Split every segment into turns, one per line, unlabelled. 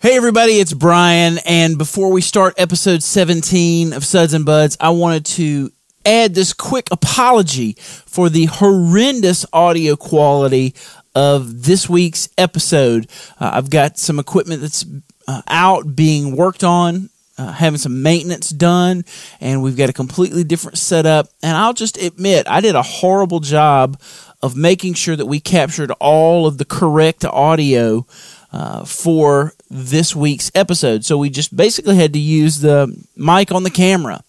Hey, everybody, it's Brian. And before we start episode 17 of Suds and Buds, I wanted to add this quick apology for the horrendous audio quality of this week's episode. Uh, I've got some equipment that's uh, out being worked on. Uh, having some maintenance done, and we've got a completely different setup. And I'll just admit, I did a horrible job of making sure that we captured all of the correct audio uh, for this week's episode. So we just basically had to use the mic on the camera.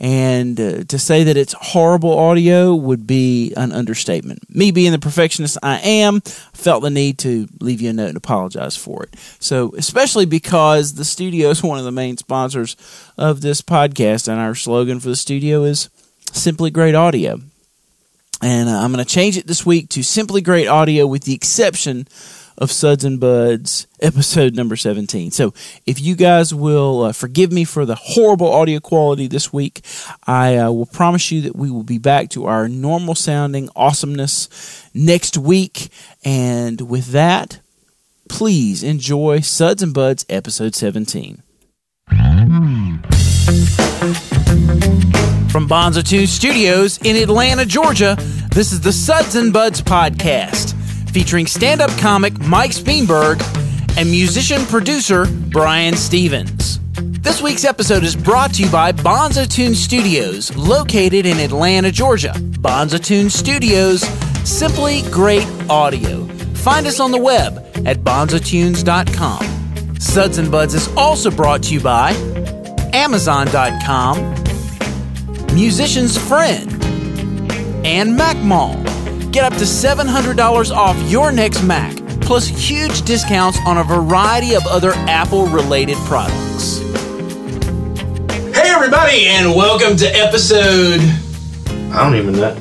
And uh, to say that it's horrible audio would be an understatement. Me being the perfectionist I am, felt the need to leave you a note and apologize for it. So, especially because the studio is one of the main sponsors of this podcast, and our slogan for the studio is simply great audio. And uh, I'm going to change it this week to simply great audio with the exception of Suds and Buds, episode number 17. So, if you guys will uh, forgive me for the horrible audio quality this week, I uh, will promise you that we will be back to our normal sounding awesomeness next week. And with that, please enjoy Suds and Buds, episode 17. From Bonzo Tune Studios in Atlanta, Georgia, this is the Suds and Buds podcast, featuring stand up comic Mike Speenberg and musician producer Brian Stevens. This week's episode is brought to you by Bonzo Tune Studios, located in Atlanta, Georgia. Bonzo Tune Studios, simply great audio. Find us on the web at bonzotunes.com. Suds and Buds is also brought to you by Amazon.com, Musician's Friend, and MacMall. Get up to $700 off your next Mac, plus huge discounts on a variety of other Apple related products. Hey, everybody, and welcome to episode. oh,
I don't even know.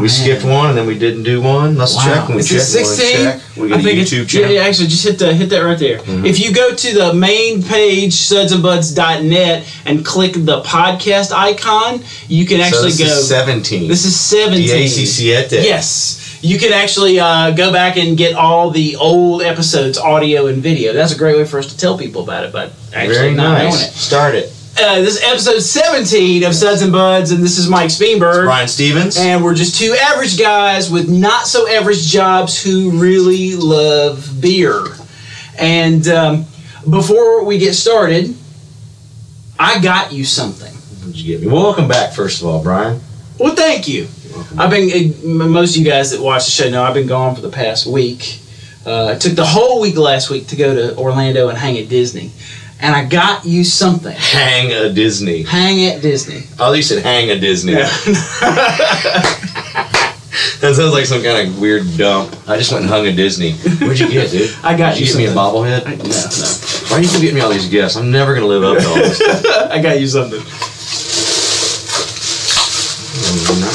we skipped one and then we didn't do one. Let's check. And we
Is
check
it 16?
One, check. We got a
it's-
YouTube channel. Mm-hmm.
Yeah, yeah, actually, just hit the hit that right there. If you go to the main page, sudsandbuds.net, and click the podcast icon, you can
So
actually
this
go.
is 17.
This is 17.
the ACC at that.
Yes. You can actually uh, go back and get all the old episodes, audio and video. That's a great way for us to tell people about it, but actually
Very
not
nice.
knowing it.
Start it.
Uh, this is episode 17 of Suds and Buds, and this is Mike Speenberg.
Brian Stevens.
And we're just two average guys with not so average jobs who really love beer. And um, before we get started, I got you something.
What'd you get me? Well, welcome back, first of all, Brian.
Well, thank you. I've been uh, m- most of you guys that watch the show know I've been gone for the past week. Uh, I took the whole week last week to go to Orlando and hang at Disney, and I got you something.
Hang a Disney.
Hang at Disney.
At least it hang a Disney. That sounds like some kind of weird dump. I just went and hung a Disney. What'd you get, dude?
I got
Did
you
you get me a
something.
bobblehead?
I- no, no.
Why do you keep getting me all these gifts? I'm never gonna live up to all this.
I got you something.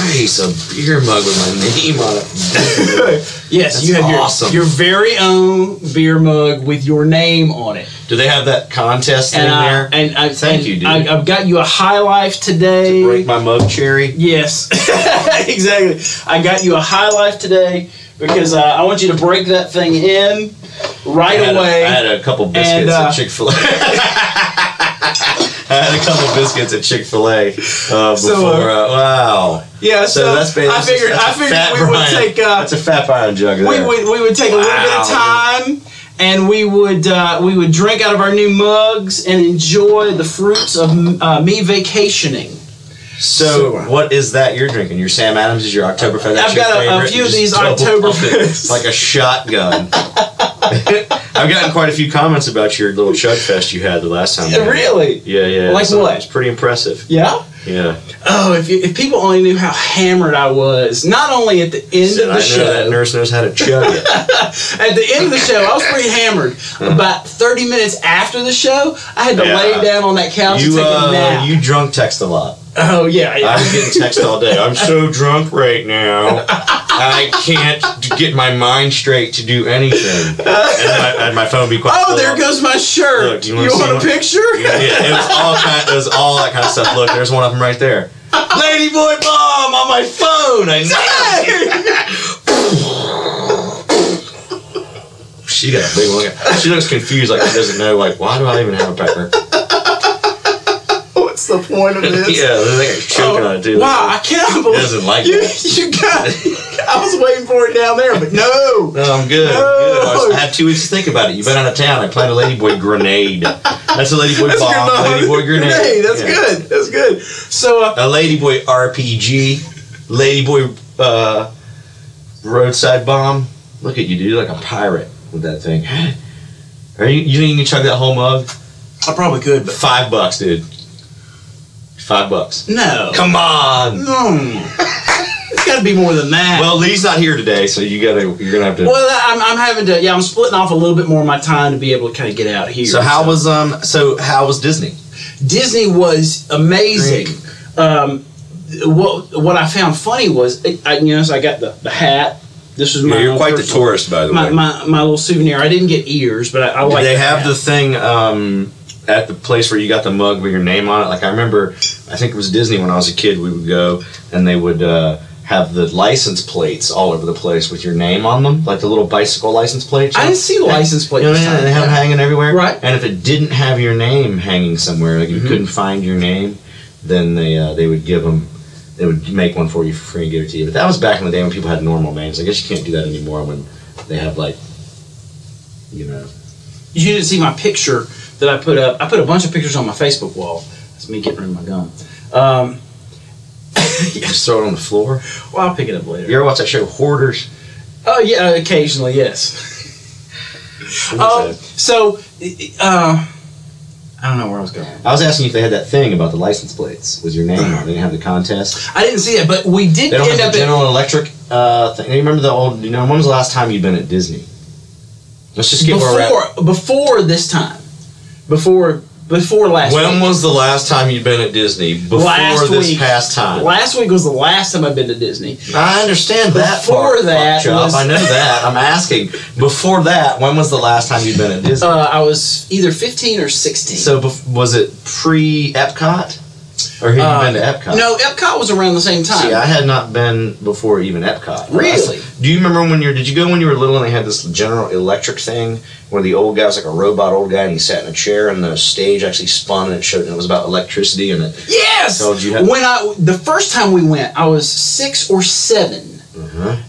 Nice, a beer mug with my name on it.
Yes,
That's
you have
awesome.
your your very own beer mug with your name on it.
Do they have that contest in
And uh, I,
there?
and I
Thank
and
you, dude.
I, I've got you a High Life today.
Break my mug cherry.
Yes, exactly. I got you a high life today because uh, I want you to break that thing in
I
right
had, a-
away.
I had a couple biscuits
And, uh,
at Chick Fil A. I had a couple biscuits at Chick Fil A uh, before. uh, wow.
yeah,
So, that's basically.
I figured
that's a
I
fat
figured we would
Brian.
take uh,
That's a fat Brian jug.
we
there.
would we would take a little bit of
Wow.
time. And we would uh, we would drink out of our new mugs and enjoy the fruits of uh, me vacationing.
So, what is that you're drinking? Your Sam Adams is your Oktoberfest. That's
uh, I've
your
got a- a
favorite.
few
You
of
just
these
double pump it.
Oktoberfests.
It's like a shotgun. I've gotten quite a few comments about your little chug fest you had the last time. you were.
Really?
Yeah, yeah.
Like
so
what?
It's pretty impressive.
Yeah.
Yeah.
Oh, if, you, if people only knew how hammered I was, not only at the end
Said,
of the
I know
show,
that nurse knows how to chug it.
At the end of the show, I was pretty hammered. About 30 minutes after the show, I had to
Yeah.
lay down on that couch and
you
take a
uh,
nap.
you drunk text a lot.
oh, yeah, yeah.
I was getting text all day. I'm so drunk right now. I can't d- get my mind straight to do anything. And my, and my phone be quiet.
oh, there goes my shirt.
Look, you
you
wanna
want,
see
a
one?
picture?
Yeah, yeah, it was all kind. It was all that kind of stuff. Look, there's one of them right there. Ladyboy bomb on my phone. I know. She got a big one. She looks confused, like she doesn't know, like why do I even have a pepper?
What's the point of this? Oh,
yeah, the thing is choking on it too.
Wow, I cannot believe
doesn't like
you.
it.
You got. I was waiting for it down there, but no.
No, I'm good. I'm good. I, was-
No.
I had two weeks to think about it. You've been out of town. I planned a ladyboy grenade. That's a ladyboy
That's
bomb.
good.
Ladyboy grenade.
Hey, that's
Yeah.
good. That's good. So, uh,
A ladyboy RPG. Ladyboy uh, roadside bomb. Look at you, dude. You're like a pirate with that thing. Are you? You think you can chug that whole mug?
I probably could, but
Five bucks, dude. Five bucks.
no.
Come on.
No. it's got to be more than that.
Well, Lee's not here today, so you gotta. You're gonna have to.
Well, I'm, I'm having to. Yeah, I'm splitting off a little bit more of my time to be able to kind of get out here.
So how was um? So how was Disney?
Disney was amazing. Um, what what I found funny was, it, I, you know, so I got the, the hat. This was my.
you're
own
quite the
personal-
tourist, by the
My,
way.
my, my little souvenir. I didn't get ears, but I, I like.
they
the
have
hat.
the thing um, at the place where you got the mug with your name on it. Like I remember, I think it was Disney when I was a kid. We would go and they would uh, have the license plates all over the place with your name on them, like the little bicycle license plates.
I didn't see the license plate.
You know,
this
yeah,
time.
they have them hanging everywhere.
Right. Mm-hmm.
And if it didn't have your name hanging somewhere, like you couldn't find your name, then they uh, they would give them. They would make one for you for free and give it to you. But that was back in the day when people had normal names. I guess you can't do that anymore when they have like, you know.
you didn't see my picture that I put up. I put a bunch of pictures on my Facebook wall. That's me getting rid of my gum. Um,
Just throw it on the floor.
well, I'll pick it up later.
You ever watch that show Hoarders?
Oh yeah, occasionally, yes. Um, so, uh, I don't know where I was going.
I was asking you if they had that thing about the license plates with your name on. it. They didn't have the contest.
I didn't see it, but we did
They don't
end
have
up
the
in.
General Electric uh, thing. You remember the old? You know, when was the last time you've been at Disney? Let's just get where we're at.
before before this time, before before last
When
week.
was the last time you'd been at Disney? Before
Last
this
week.
past time.
Last week was the last time I've been to Disney.
I understand that
Before
part, fuck
that
job.
was-
I know that. I'm asking. Before that, when was the last time you'd been at Disney?
Uh, I was either 15 or 16.
so bef- was it pre Epcot, or had you
Uh,
been to Epcot?
no, Epcot was around the same time.
See, I had not been before even Epcot.
Really?
Do you remember when you were, did you go when you were little and they had this General Electric thing where the old guy was like a robot old guy and he sat in a chair and the stage actually spun and it showed and it was about electricity and it.
yes.
Told you how-
when I the first time we went, I was six or 7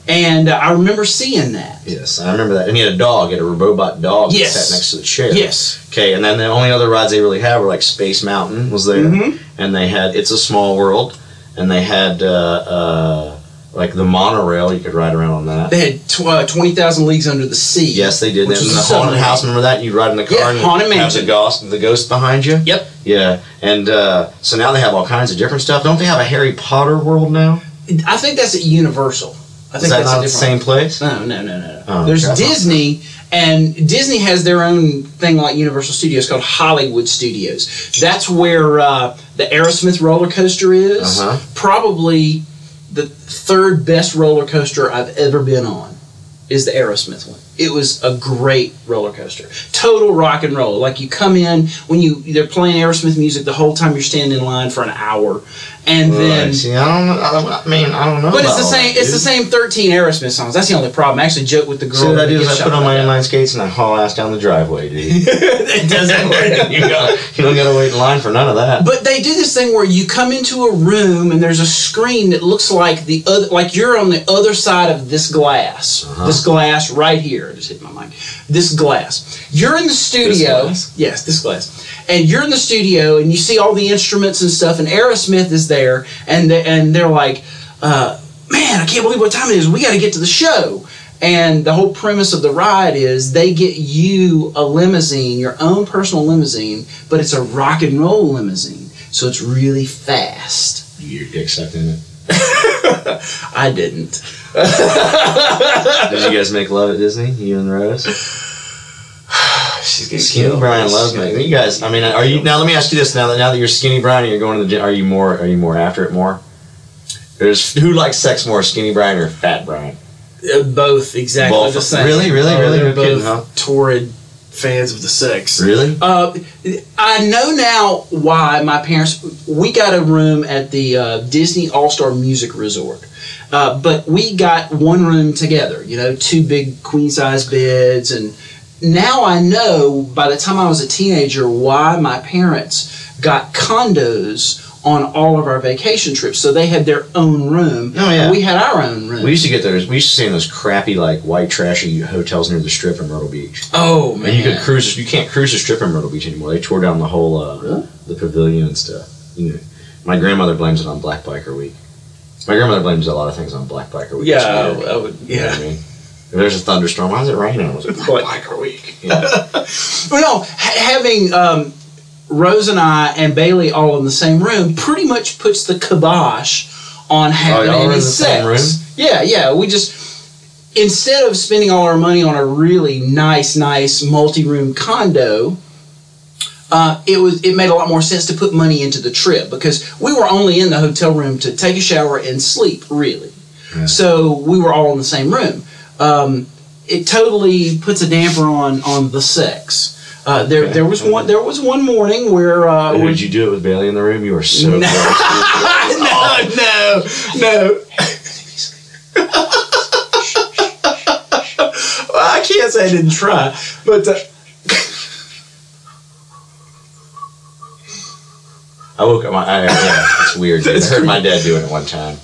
and uh, I remember seeing that.
Yes, I remember that. And he had a dog, he had a robot dog that
Yes.
sat next to the chair.
Yes.
Okay, and then the only other rides they really had were like Space Mountain was there,
Mhm.
and they had It's a Small World, and they had uh, uh, like the monorail you could ride around on that.
They had tw- uh, 20,000 Leagues Under the Sea.
Yes, they did.
Which
Which was
was
in
a
the haunted
submarine.
house. Remember that? You ride in the car
Yeah,
and
haunted
have the
mansion.
ghost, the ghost behind you.
Yep.
Yeah, and uh, so now they have all kinds of different stuff. Don't they have a Harry Potter world now?
I think that's at Universal. I think
Is that
that's a
not the
different
same place?
No, no, no, no.
Oh,
no. There's
okay.
Disney, and Disney has their own thing like Universal Studios called Hollywood Studios. That's where uh, the Aerosmith roller coaster is.
Uh-huh.
Probably the third best roller coaster I've ever been on is the Aerosmith one. It was a great roller coaster. Total rock and roll. Like you come in when you they're playing Aerosmith music the whole time you're standing in line for an hour, and then.
Right. See, I don't. I, don't, I mean, I don't know.
But it's
about
the
all
same.
that,
It's the
dude.
same thirteen Aerosmith songs. That's the only problem. I actually joke with the girl.
So what I
that
do
gets
is I
shot
put on
by
my
that.
inline skates and I haul ass down the driveway, dude.
it doesn't work.
you, got, you don't gotta wait in line for none of that.
But they do this thing where you come into a room and there's a screen that looks like the other, like you're on the other side of this glass.
Uh-huh.
This glass right here. I just hit my mic. This glass. You're in the studio.
glass?
Yes, this glass. And you're in the studio and you see all the instruments and stuff. And Aerosmith is there, and they, and they're like, uh, "Man, I can't believe what time it is. We got to get to the show." And the whole premise of the ride is they get you a limousine, your own personal limousine, but it's a rock and roll limousine, so it's really fast.
Your dick sucked in it.
I didn't.
Did you guys make love at Disney? You and Rose?
She's
Skinny Brian loves making. You guys, I mean, are you now? Let me ask you this: now that now that you're skinny Brian and you're going to the gym, are you more are you more after it more? There's who likes sex more, skinny Brian or fat Brian?
Uh, both exactly
Both.
the same.
Really, really,
Uh,
really?
They're
No
both
kidding, huh?
torrid fans of the sex.
Really?
Uh, I know now why my parents. We got a room at the uh, Disney All Star Music Resort, uh, but we got one room together. You know, two big queen size beds and now I know by the time I was a teenager why my parents got condos on all of our vacation trips. So they had their own room.
Oh, yeah.
and we had our own room.
We used to get those. We used to stay in those crappy, like white trashy hotels near the Strip in Myrtle Beach.
oh man,
And you could cruise. You can't cruise the Strip in Myrtle Beach anymore. They tore down the whole uh,
Really?
the pavilion and stuff. You know, my grandmother blames it on Black Biker Week. My grandmother blames a lot of things on Black Biker Week.
yeah,
It's
I
weird.
would- I would,
You know what
yeah.
I mean? If there's a thunderstorm, why is it raining? I was like, Black Biker Week. You know?
Well, no, ha- having um, Rose and I and Bailey all in the same room pretty much puts the kibosh on having
Oh, y'all
any
were in the
sex.
same room?
Yeah, yeah. We just instead of spending all our money on a really nice, nice multi-room condo. Uh, it was. It made a lot more sense to put money into the trip because we were only in the hotel room to take a shower and sleep, really.
Yeah.
So we were all in the same room. Um, it totally puts a damper on on the sex. Uh, there,
Okay.
there was one. There was one morning where. Uh,
And
where-
Did you do it with Bailey in the room? You were so
No.
gross.
no, no, no. well, I can't say I didn't try, but uh,
I woke up. My, I, yeah, it's weird. dude. I
That's
heard my dad doing it one time.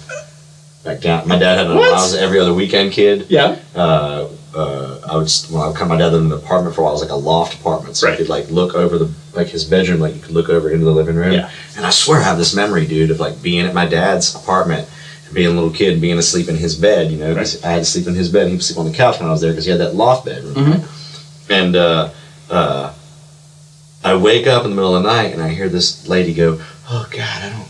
Back down. My dad had an.
What?
I was an every other weekend kid.
yeah,
uh, uh, I would s- when I would come my dad lived in an apartment for a while. It was like a loft apartment, so
Right.
you could like look over the like his bedroom, like you could look over into the living room.
Yeah.
And I swear I have this memory, dude, of like being at my dad's apartment. and Being a little kid, and being asleep in his bed, you know, 'cause I had to sleep in his bed. He would sleep on the couch when I was there because he had that loft bedroom.
Mm-hmm.
right? And uh, uh, I wake up in the middle of the night and I hear this lady go, "Oh God, I don't,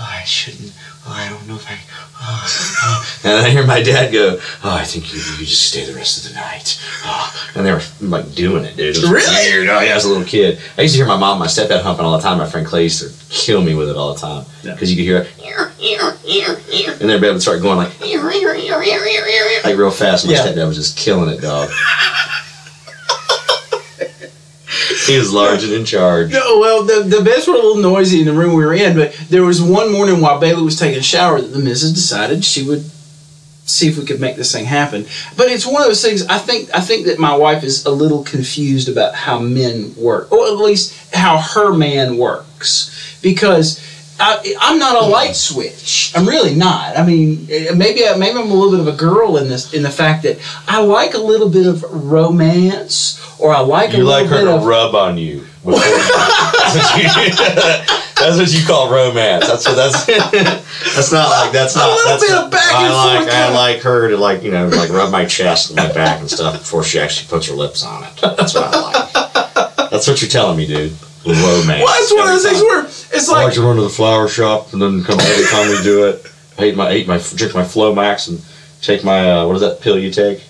oh, I shouldn't, oh, I don't know if I." Oh, oh." And I hear my dad go, "Oh, I think you, you just stay the rest of the night." Oh. And they were like doing it, dude. It was
Really?
Weird. Oh yeah, I was a little kid. I used to hear my mom, and my stepdad humping all the time. My friend Clay used to kill me with it all the time
Yeah.
because you could hear it, and their bed would start going like like real fast. My
Yeah.
stepdad was just killing it, dog. he was large and in charge.
No, well, the, the beds were a little noisy in the room we were in, but there was one morning while Bailey was taking a shower that the missus decided she would see if we could make this thing happen. But it's one of those things. I think I think that my wife is a little confused about how men work, or at least how her man works, because. I, I'm not a light switch. I'm really not. I mean, eh, maybe I, maybe I'm a little bit of a girl in this in the fact that I like a little bit of romance, or I like a
You
little
like her
bit
to
of
rub on you. Before you that's, what you that's what you call romance. That's what that's. that's not like that's not.
A little
that's
bit
not-
of back and
I like
forth
I
kinda-
like her to like you know like rub my chest and my back and stuff before she actually puts her lips on it. That's what I like. That's what you're telling me, dude. Romance.
Well, that's one of those
Every
things
time.
where it's
I
like,
like to run to the flower shop and then come every time we do it. I eat my eat my drink my Flomax and take my uh, what is that pill you take?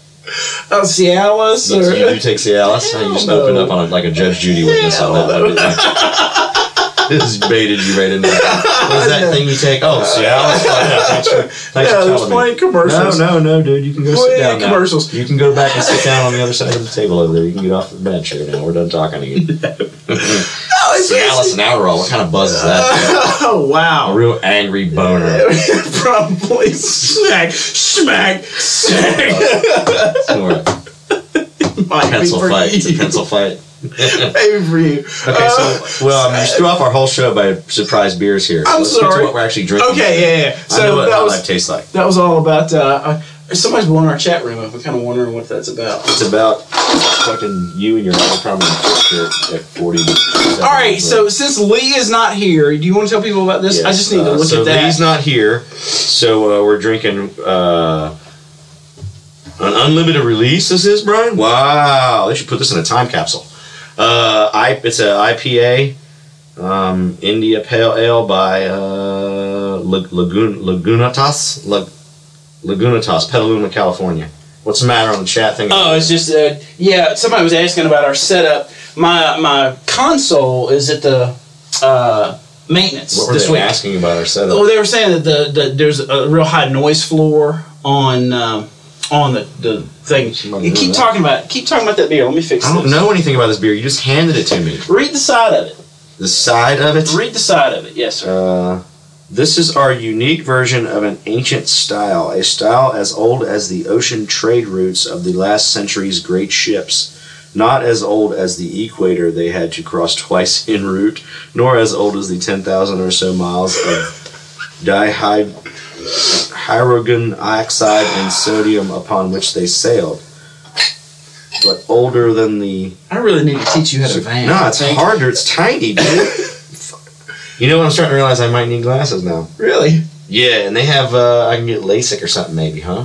oh, Cialis
That's, you, you
or.
take Cialis and you just open up on a, like a Judge Judy witness on that. one, didn't you? This baited you right into that. What is that thing you take? Oh, Cialis. Oh, yeah, thanks for, thanks
Yeah,
for
there's
telling
plenty of
me. No,
commercials.
no, no, dude. You can go sit
Plenty of
down now.
commercials.
You can go back and sit down on the other side of the table over there. You can get off the bench here now. We're done talking to you.
Oh, it's
Cialis
just,
and Adderall. What kind of buzz is that?
oh
A
wow.
real angry boner.
Probably smack, smack, smack.
Or a
Might be
pencil
for
fight. It's a
you.
pencil fight.
Maybe for you.
Okay,
Uh,
so well, I mean, you threw off our whole show by surprise beers here. So
I'm
let's get to
sorry.
what we're actually drinking.
okay, yeah, yeah, yeah.
I know
So
what
that
my
was
life tastes like.
that was all about. Uh, uh, somebody's blowing our chat room up. I'm kind of wondering what that's about.
It's about fucking you and your life probably at forty.
All right, so since Lee is not here, do you want to tell people about this? I just need to look
uh, so
at that.
Lee's not here, so uh, we're drinking uh, an unlimited release. This is Brian. Wow, they should put this in a time capsule. Uh, I, it's a IPA, um, India Pale Ale by uh, Lag- Lagun- Lagunatas, Lag- Lagunatas, Petaluma, California. What's the matter on the chat thing?
Oh, it's just uh, yeah. Somebody was asking about our setup. My my console is at the uh, maintenance
what were
this
they
week.
asking about our setup?
Well, they were saying that the, the there's a real high noise floor on um, on the, the thing.
Somebody
You
do
keep
that.
talking about keep talking about that beer. Let me fix
I don't
this.
know anything about this beer. You just handed it to me.
Read the side of it.
The side of it.
Read the side of it. Yes, sir.
Uh, this is our unique version of an ancient style, a style as old as the ocean trade routes of the last century's great ships. Not as old as the equator they had to cross twice en route, nor as old as the 10,000 or so miles of dihyd- hydrogen oxide and sodium upon which they sailed, but older than the.
I really need to teach you how to van.
no,
I
it's
think.
harder. It's tiny, dude. you know what? I'm starting to realize I might need glasses now.
Really?
Yeah, and they have. Uh, I can get LASIK or something, maybe, huh?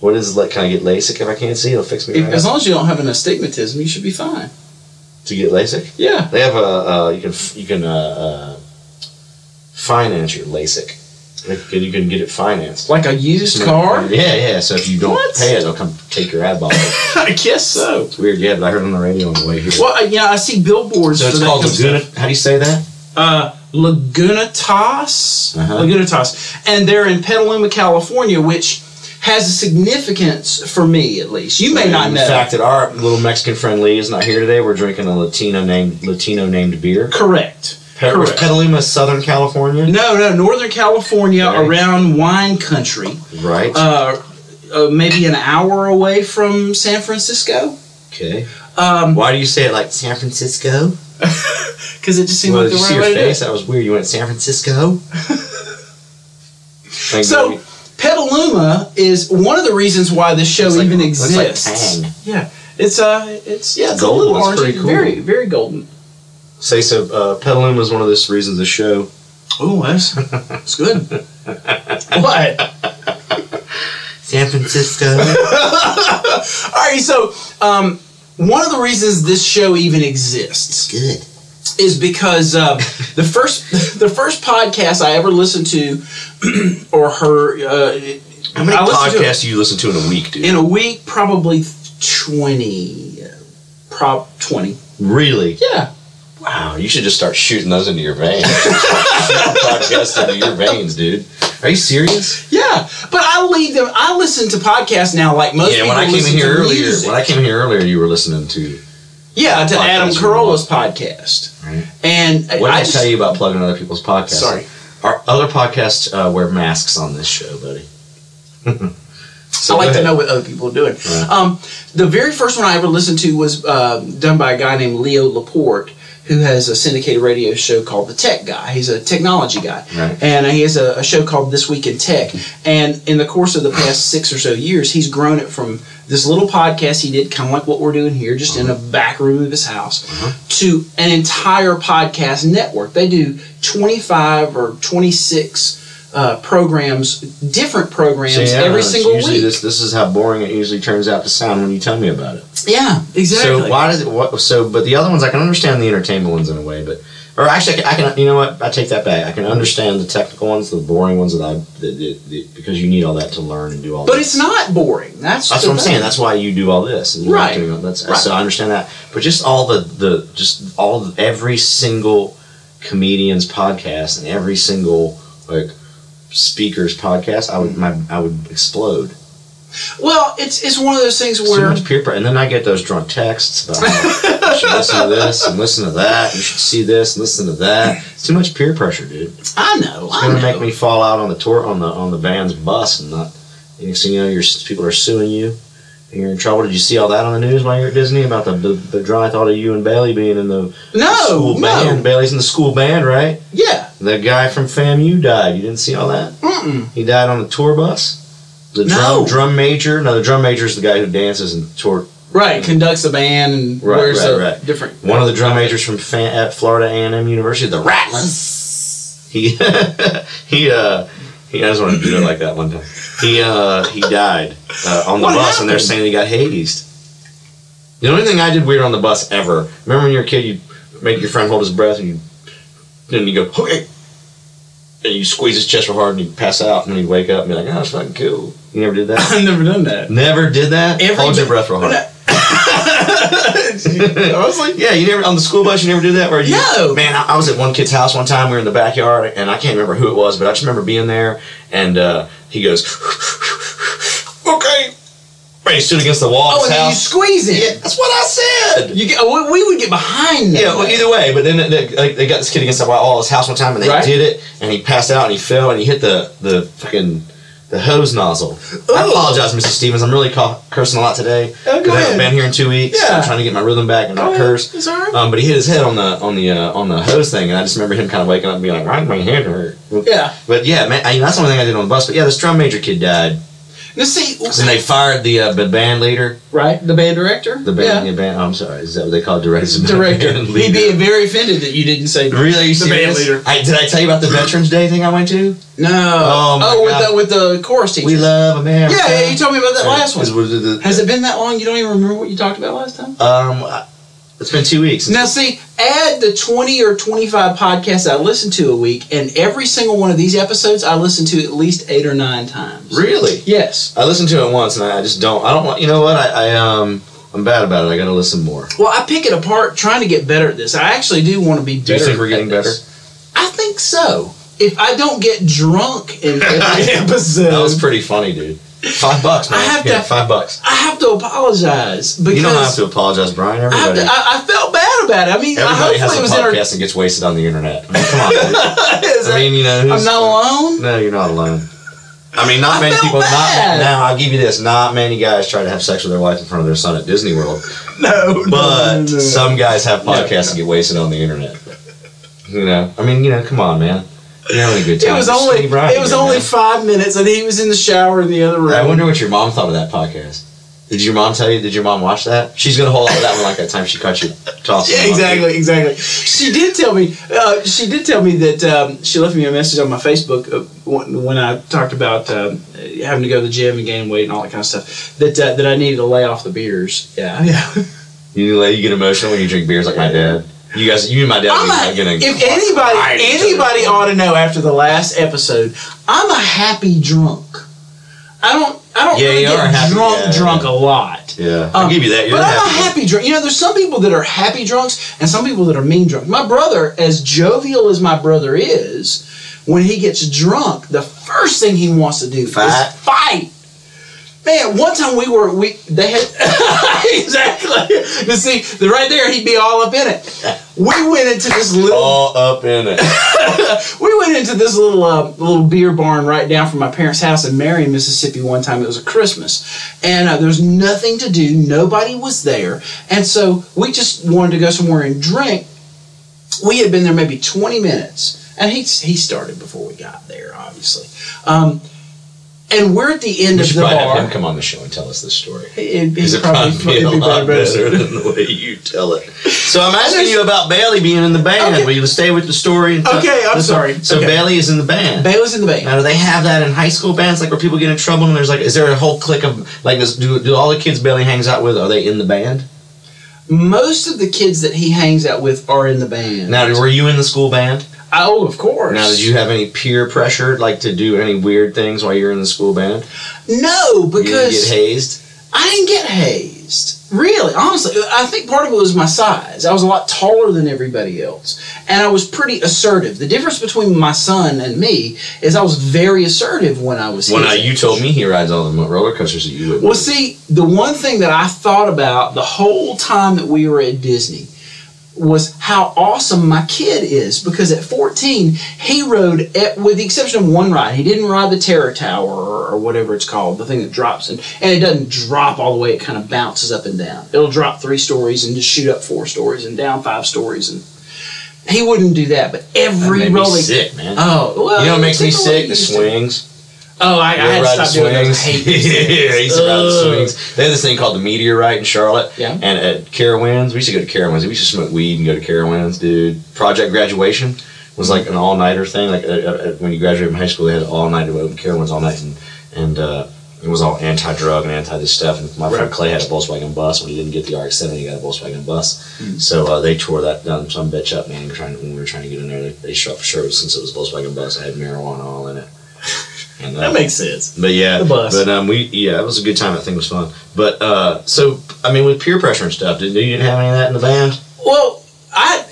What is like? Can I get LASIK if I can't see? It'll fix me.
If,
Right
as
up.
long as you don't have an astigmatism, you should be fine.
To get LASIK,
Yeah.
they have a. Uh, you can you can uh, uh, finance your LASIK. Like, You can get it financed.
Like a used car?
Yeah, yeah. So if you don't
What?
pay it, they'll come take your eyeball. it's
I guess so.
weird. Yeah, but I heard on the radio on the way here.
Well, I- yeah, I see billboards
So
for
it's
that
called
kind of
Laguna. How do you say that?
uh, Laguna Tas,
Uh-huh.
Laguna Tas, and they're in Petaluma, California, which has a significance for me at least. You may not
And
know.
The fact that our little Mexican friend Lee is not here today, we're drinking a Latino named Latino named beer.
Correct.
Pe- was
Correct.
Petaluma, Southern California.
No, no, Northern California,
Right.
around wine country,
Right.
uh, uh, maybe an hour away from San Francisco, Um,
okay.
because
Why do you say it like San Francisco?
it just seemed
Well,
like
did
the
you see
right
your
way to do it.
face? That was weird. You went San Francisco. Like,
So
maybe-
Petaluma is one of the reasons why this show
Looks like-
even
looks like
exists.
Tang.
yeah, it's uh, it's yeah, it's
Golden,
a
it's
little orangey,
pretty cool.
very very golden.
say so. Uh, Petaluma is one of those reasons the show.
Oh, that's that's good. what?
San Francisco.
All right, so um, one of the reasons this show even exists
Good.
is because uh, the first the first podcast I ever listened to or heard uh,
How many
I listened to it.
podcasts do you listen to in a week, dude?
in a week probably twenty, uh, prop twenty.
really?
Yeah.
Wow. You should just start shooting those into your veins. podcasts into your veins, dude. Are you serious?
Yeah, but I leave them. I listen to podcasts now, like most
yeah.
people.
When I came in
listen
here
to
earlier,
music.
when I came in here earlier, you were listening to.
yeah, to
Podcasts
Adam
are
Carolla's podcast,
Right.
and
What did I,
I just
tell you about plugging other people's podcasts?
sorry.
Our other podcasts uh, wear masks on this show, buddy. so
I like to
go ahead.
know what other people are doing.
Right.
Um, the very first one I ever listened to was uh, done by a guy named Leo Laporte, who has a syndicated radio show called The Tech Guy. He's a technology guy,
Right.
and he has a, a show called This Week in Tech. And in the course of the past six or so years, he's grown it from this little podcast he did, kind of like what we're doing here, just in
Uh-huh.
a back room of his house, to an entire podcast network. They do twenty-five or twenty-six. Uh, programs, different programs
So, yeah,
every
it's
single
usually
week.
This, this is how boring it usually turns out to sound when you tell me about it.
Yeah, exactly.
So why does it? What, so, but the other ones I can understand the entertainment ones in a way, but or actually I can, I can- You know what? I take that back. I can understand the technical ones, the boring ones that I the, the, the, because you need all that to learn and do all.
But
this.
it's not boring. That's
That's
the
what I'm
thing.
saying. That's why you do all this. And you're
Right.
Not doing all, that's,
Right.
So I understand that. But just all the, the just all the- every single comedian's podcast and every single like speaker's podcast, I would my I would explode.
well, it's it's one of those things
It's Too
where
much peer pressure, and then I get those drunk texts about how you should listen to this and listen to that. You should see this and listen to that. It's too much peer pressure, dude. It's
I know, I
gonna
know.
make me fall out on the tour on the on the band's bus and not. Next thing you know, your s- people are suing you. And you're in trouble. Did you see all that on the news while you were at Disney about the the, the dry thought of you and Bailey being in the
no,
school
no,
band? Bailey's in the school band, right?
yeah,
The guy from FAMU died. You didn't see all that?
mm-mm.
He died on the tour bus. The
No.
drum drum major. No, the drum major is the guy who dances and tour
right. Conducts a band and
Right,
wears
right,
a
right.
different.
One of the drum majors from Fan- at Florida A&M University, the Rattlers. He he uh he I just wanted to do it like that one time. He uh he died uh, on the
What
bus, and they're
happened?
saying he got hazed. The only thing I did weird on the bus ever. Remember when you were a kid, you make your friend hold his breath, and you then you go okay, and you squeeze his chest real hard, and you pass out, and then you wake up and be like, oh, that's fucking cool. You never did that.
I've never done that.
never did that.
Every
hold your
bit-
breath real hard.
I was like,
Yeah, you never on the school bus. You never do that, where you?
No.
man. I, I was at one kid's house one time. We were in the backyard, and I can't remember who it was, but I just remember being there. And uh, he goes, "Okay," and he stood against the wall.
oh, and
of his
then you
house.
squeeze
yeah,
it.
that's what I said.
You get, oh, we we would get behind that.
Yeah, well, either way, but then they, they, they got this kid against the wall of his house one time, and they
Right.
did it, and he passed out, and he fell, and he hit the the fucking the hose nozzle. I apologize, Mr. Stevens. I'm really ca- cursing a lot today.
Oh, go
'cause I
ahead.
haven't been here in two weeks.
Yeah.
I'm trying to get my rhythm back and not
Oh, yeah.
curse.
It's all right.
Um, but he hit his head on the on the uh, on the hose thing, and I just remember him kind of waking up and being like, "Why did my hand hurt?"
Yeah.
But yeah, man, I mean, that's the only thing I did on the bus. But yeah, this drum major kid died,
Now see,
and they fired the uh, the band leader.
right? The band director.
The band, the band. oh, I'm sorry, is that what they call directors?
Yeah. Director.
Band
He'd be very offended that you didn't say
Really? Are you
The band
serious?
leader.
I, did I tell you about the Veterans Day thing I went to?
no.
Oh, my
with
God.
the with the chorus teacher.
We love America.
yeah, yeah, you told me about that last one.
Is- was it the-
Has it been that long? You don't even remember what you talked about last time?
Um, I- it's been two weeks.
Now, see, add the 20 or 25 podcasts I listen to a week, and every single one of these episodes I listen to at least eight or nine times.
really?
Yes.
I listened to it once and I I just don't. I don't want. You know what? I, I um, I'm bad about it. I got to listen more.
Well, I pick it apart trying to get better at this. I actually do want to be better.
Do you think we're
at
getting better?
this. I think so. If I don't get drunk in every episode,
That was pretty funny, dude. Five bucks, man.
I have
yeah,
to-
five bucks.
I have to apologize because
You don't have to apologize, Brian.
I, have
Everybody,
to- I- I felt bad about it. I mean,
everybody
I
has
hopefully
a
it was
podcast
entertaining.
and gets wasted on the internet. I mean, come on, dude. I mean, you know,
I'm
who's-
not alone.
No, you're not alone. I mean, not
I
many
felt
people.
bad.
Not now. I'll give you this. Not many guys try to have sex with their wife in front of their son at Disney World,
No,
but some guys have podcasts and get wasted on the internet. You know, I mean, you know, come on, man. You're having a good time.
It was
Just
only
leave Ryan
it was
here,
only
man.
five minutes, and he was in the shower in the other room.
I wonder what your mom thought of that podcast. Did your mom tell you? Did your mom watch that? She's gonna hold on to that one like that time she caught you tossing.
Yeah,
the
exactly,
monkey.
exactly. She did tell me. Uh, she did tell me that um, she left me a message on my Facebook uh, when, when I talked about uh, having to go to the gym and gain weight and all that kind of stuff. That uh, that I needed to lay off the beers. Yeah, yeah.
You like you get emotional when you drink beers like my dad. You guys, you and my dad,
I'm
are
a,
gonna.
if anybody
fight each other.
anybody ought to know after the last episode, I'm a happy drunk. I don't I don't
Yeah,
really
you
get
are happy,
drunk
yeah,
drunk
yeah.
a lot.
yeah, I'll
Um,
give you that. You're
but
the
I'm
happy
a
one.
happy drunk. You know, there's some people that are happy drunks and some people that are mean drunk. My brother, as jovial as my brother is, when he gets drunk, the first thing he wants to do
Fight.
is fight. Man, one time we were we they had exactly. You see, the- right there, he'd be all up in it. We went into this little
all up in it.
we went into this little uh, little beer barn right down from my parents' house in Marion, Mississippi. One time it was a Christmas, and uh, there was nothing to do. Nobody was there, and so we just wanted to go somewhere and drink. We had been there maybe twenty minutes, and he he started before we got there, obviously. Um, and we're at the end
We
of
should
the
probably have him
bar.
come on the show and tell us this story.
It'd be
Because it
probably,
probably be a
it'd be
lot
better.
better than the way you tell it. So I'm asking you about Bailey being in the band.
Okay.
Will you stay with the story? And
Okay, I'm
Listen,
sorry.
So
Okay.
Bailey is in the band.
Bayless in the Bay.
Now, do they have that in high school bands, like where people get in trouble and there's like, is there a whole clique of like, this, do do all the kids Bailey hangs out with? Are they in the band?
Most of the kids that he hangs out with are in the band.
Now, were you in the school band?
oh, of course.
Now, did you have any peer pressure, like to do any weird things while you're in the school band?
No,
You didn't get
because
hazed.
I didn't get hazed. Really, honestly, I think part of it was my size. I was a lot taller than everybody else, and I was pretty assertive. The difference between my son and me is I was very assertive when I was.
Well, now
his
you
age.
told me he rides all the roller coasters that you would.
Well, see, the one thing that I thought about the whole time that we were at Disney was how awesome my kid is because at 14 he rode at, with the exception of one ride he didn't ride the terror tower or, or whatever it's called the thing that drops and, and it doesn't drop all the way it kind of bounces up and down it'll drop three stories and just shoot up four stories and down five stories and he wouldn't do that but
That
every
made me
rolling
sick, man.
oh well
you know what makes me
it's the way he
sick? The
used to-
swings.
oh I, I
You ever
had
ride
to
the
stop doing those I hate those
yeah, I used to ride the
Ugh.
swings. They had this thing called the meteorite in Charlotte.
Yeah.
And at Carowinds, we used to go to Carowinds. We used to smoke weed and go to Carowinds, dude. Project graduation was like an all nighter thing. Like uh, uh, when you graduated from high school, they had all nighter open Carowinds all night, and and uh, it was all anti drug and anti this stuff. And my friend Clay had a Volkswagen bus. When he didn't get the RX seven, he got a Volkswagen bus.
Hmm.
So uh, they tore that down some bitch up, man. Trying when we were trying to get in there, they, they shot for sure since it was a Volkswagen bus. I had marijuana all in it. And, uh,
that makes sense
but yeah,
The bus.
But um, we yeah, it was a good time. I think it was fun. But uh, so I mean, with peer pressure and stuff, did you didn't have any of that in the band?
Well, I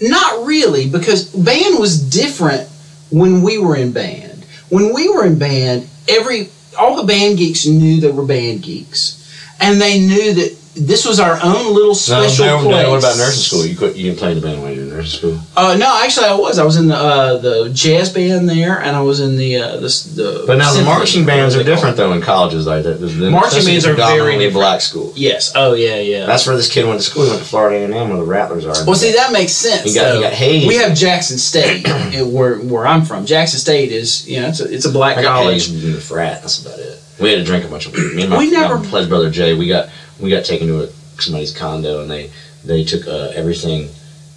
not really because band was different when we were in band. When we were in band, every all the band geeks knew they were band geeks, and they knew that this was our own little special
no,
place.
What about nursing school? You quit. You didn't play in the band when you were in there. It's cool.
Uh, no, actually, I was. I was in the uh, the jazz band there, and I was in the uh, this, the.
But now the
symphony,
marching bands
what
are
they call
different though in colleges. Like that, The-
Marching
especially
bands are very
predominantly
different.
black school.
it. Yes. Oh yeah, yeah.
That's where this kid went to school. He went to Florida A and M, where the Rattlers are.
well, see, that makes sense.
You got- you
though.
got Hayes.
We have Jackson State, eh, where where I'm from. Jackson State is you know it's a, it's a black
I got
college.
Hayes in the frat. That's about it. We had to drink a bunch of beer. Me and my,
We never-
my pledge brother Jay. We got we got taken to a, somebody's condo and they they took uh, everything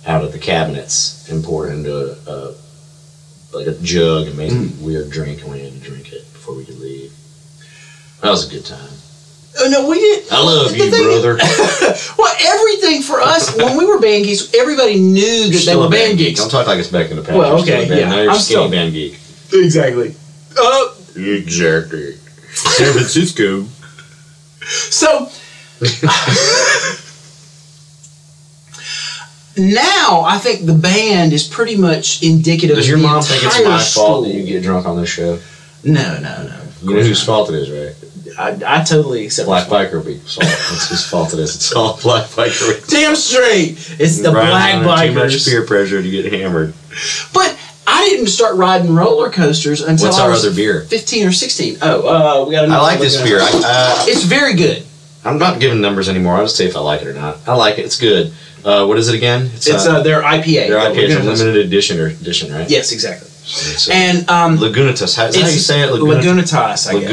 out of the cabinets and poured it into a, a like a jug and made
Mm.
a weird drink and we had to drink it before we could leave. That was a good time.
Oh, no, we did.
I love
the
you,
thing-
brother.
Well, everything for us when we were band geeks, everybody knew that they
Still
were
a
band geeks.
Don't talk like it's back in the past.
Well,
You're still a
okay,
band-
yeah,
Now you're
I'm
skinny
still-
band geek.
Exactly. Uh,
You jerk. San Francisco.
So now I think the band is pretty much indicative
Does
of
your
the
mom think it's
entire
my
school.
fault that you get drunk on this show?
No, no, no.
You know whose fault it is, right?
I, I totally accept
Black
it.
Biker Week's fault. That's whose fault it is. It's all Black Biker Week.
Damn straight. It's the
Riding
black
under Too much
bikers.
peer pressure to get hammered.
But I didn't start riding roller coasters until
What's
I
our
was
other beer?
15 or 16. Oh, uh, we got another
I like
one
this
going.
beer. I, uh,
It's very good.
I'm not giving numbers anymore. I'll just say if I like it or not. I like it. It's good. Uh, what is it again?
It's uh, their IPA.
their
that
IPA.
we're
It's a
doing.
limited edition or edition, right?
Yes, exactly.
So,
And um,
Lagunitas. How, is that how
it's
you say it? Lagunitas.
Lagunitas, I guess.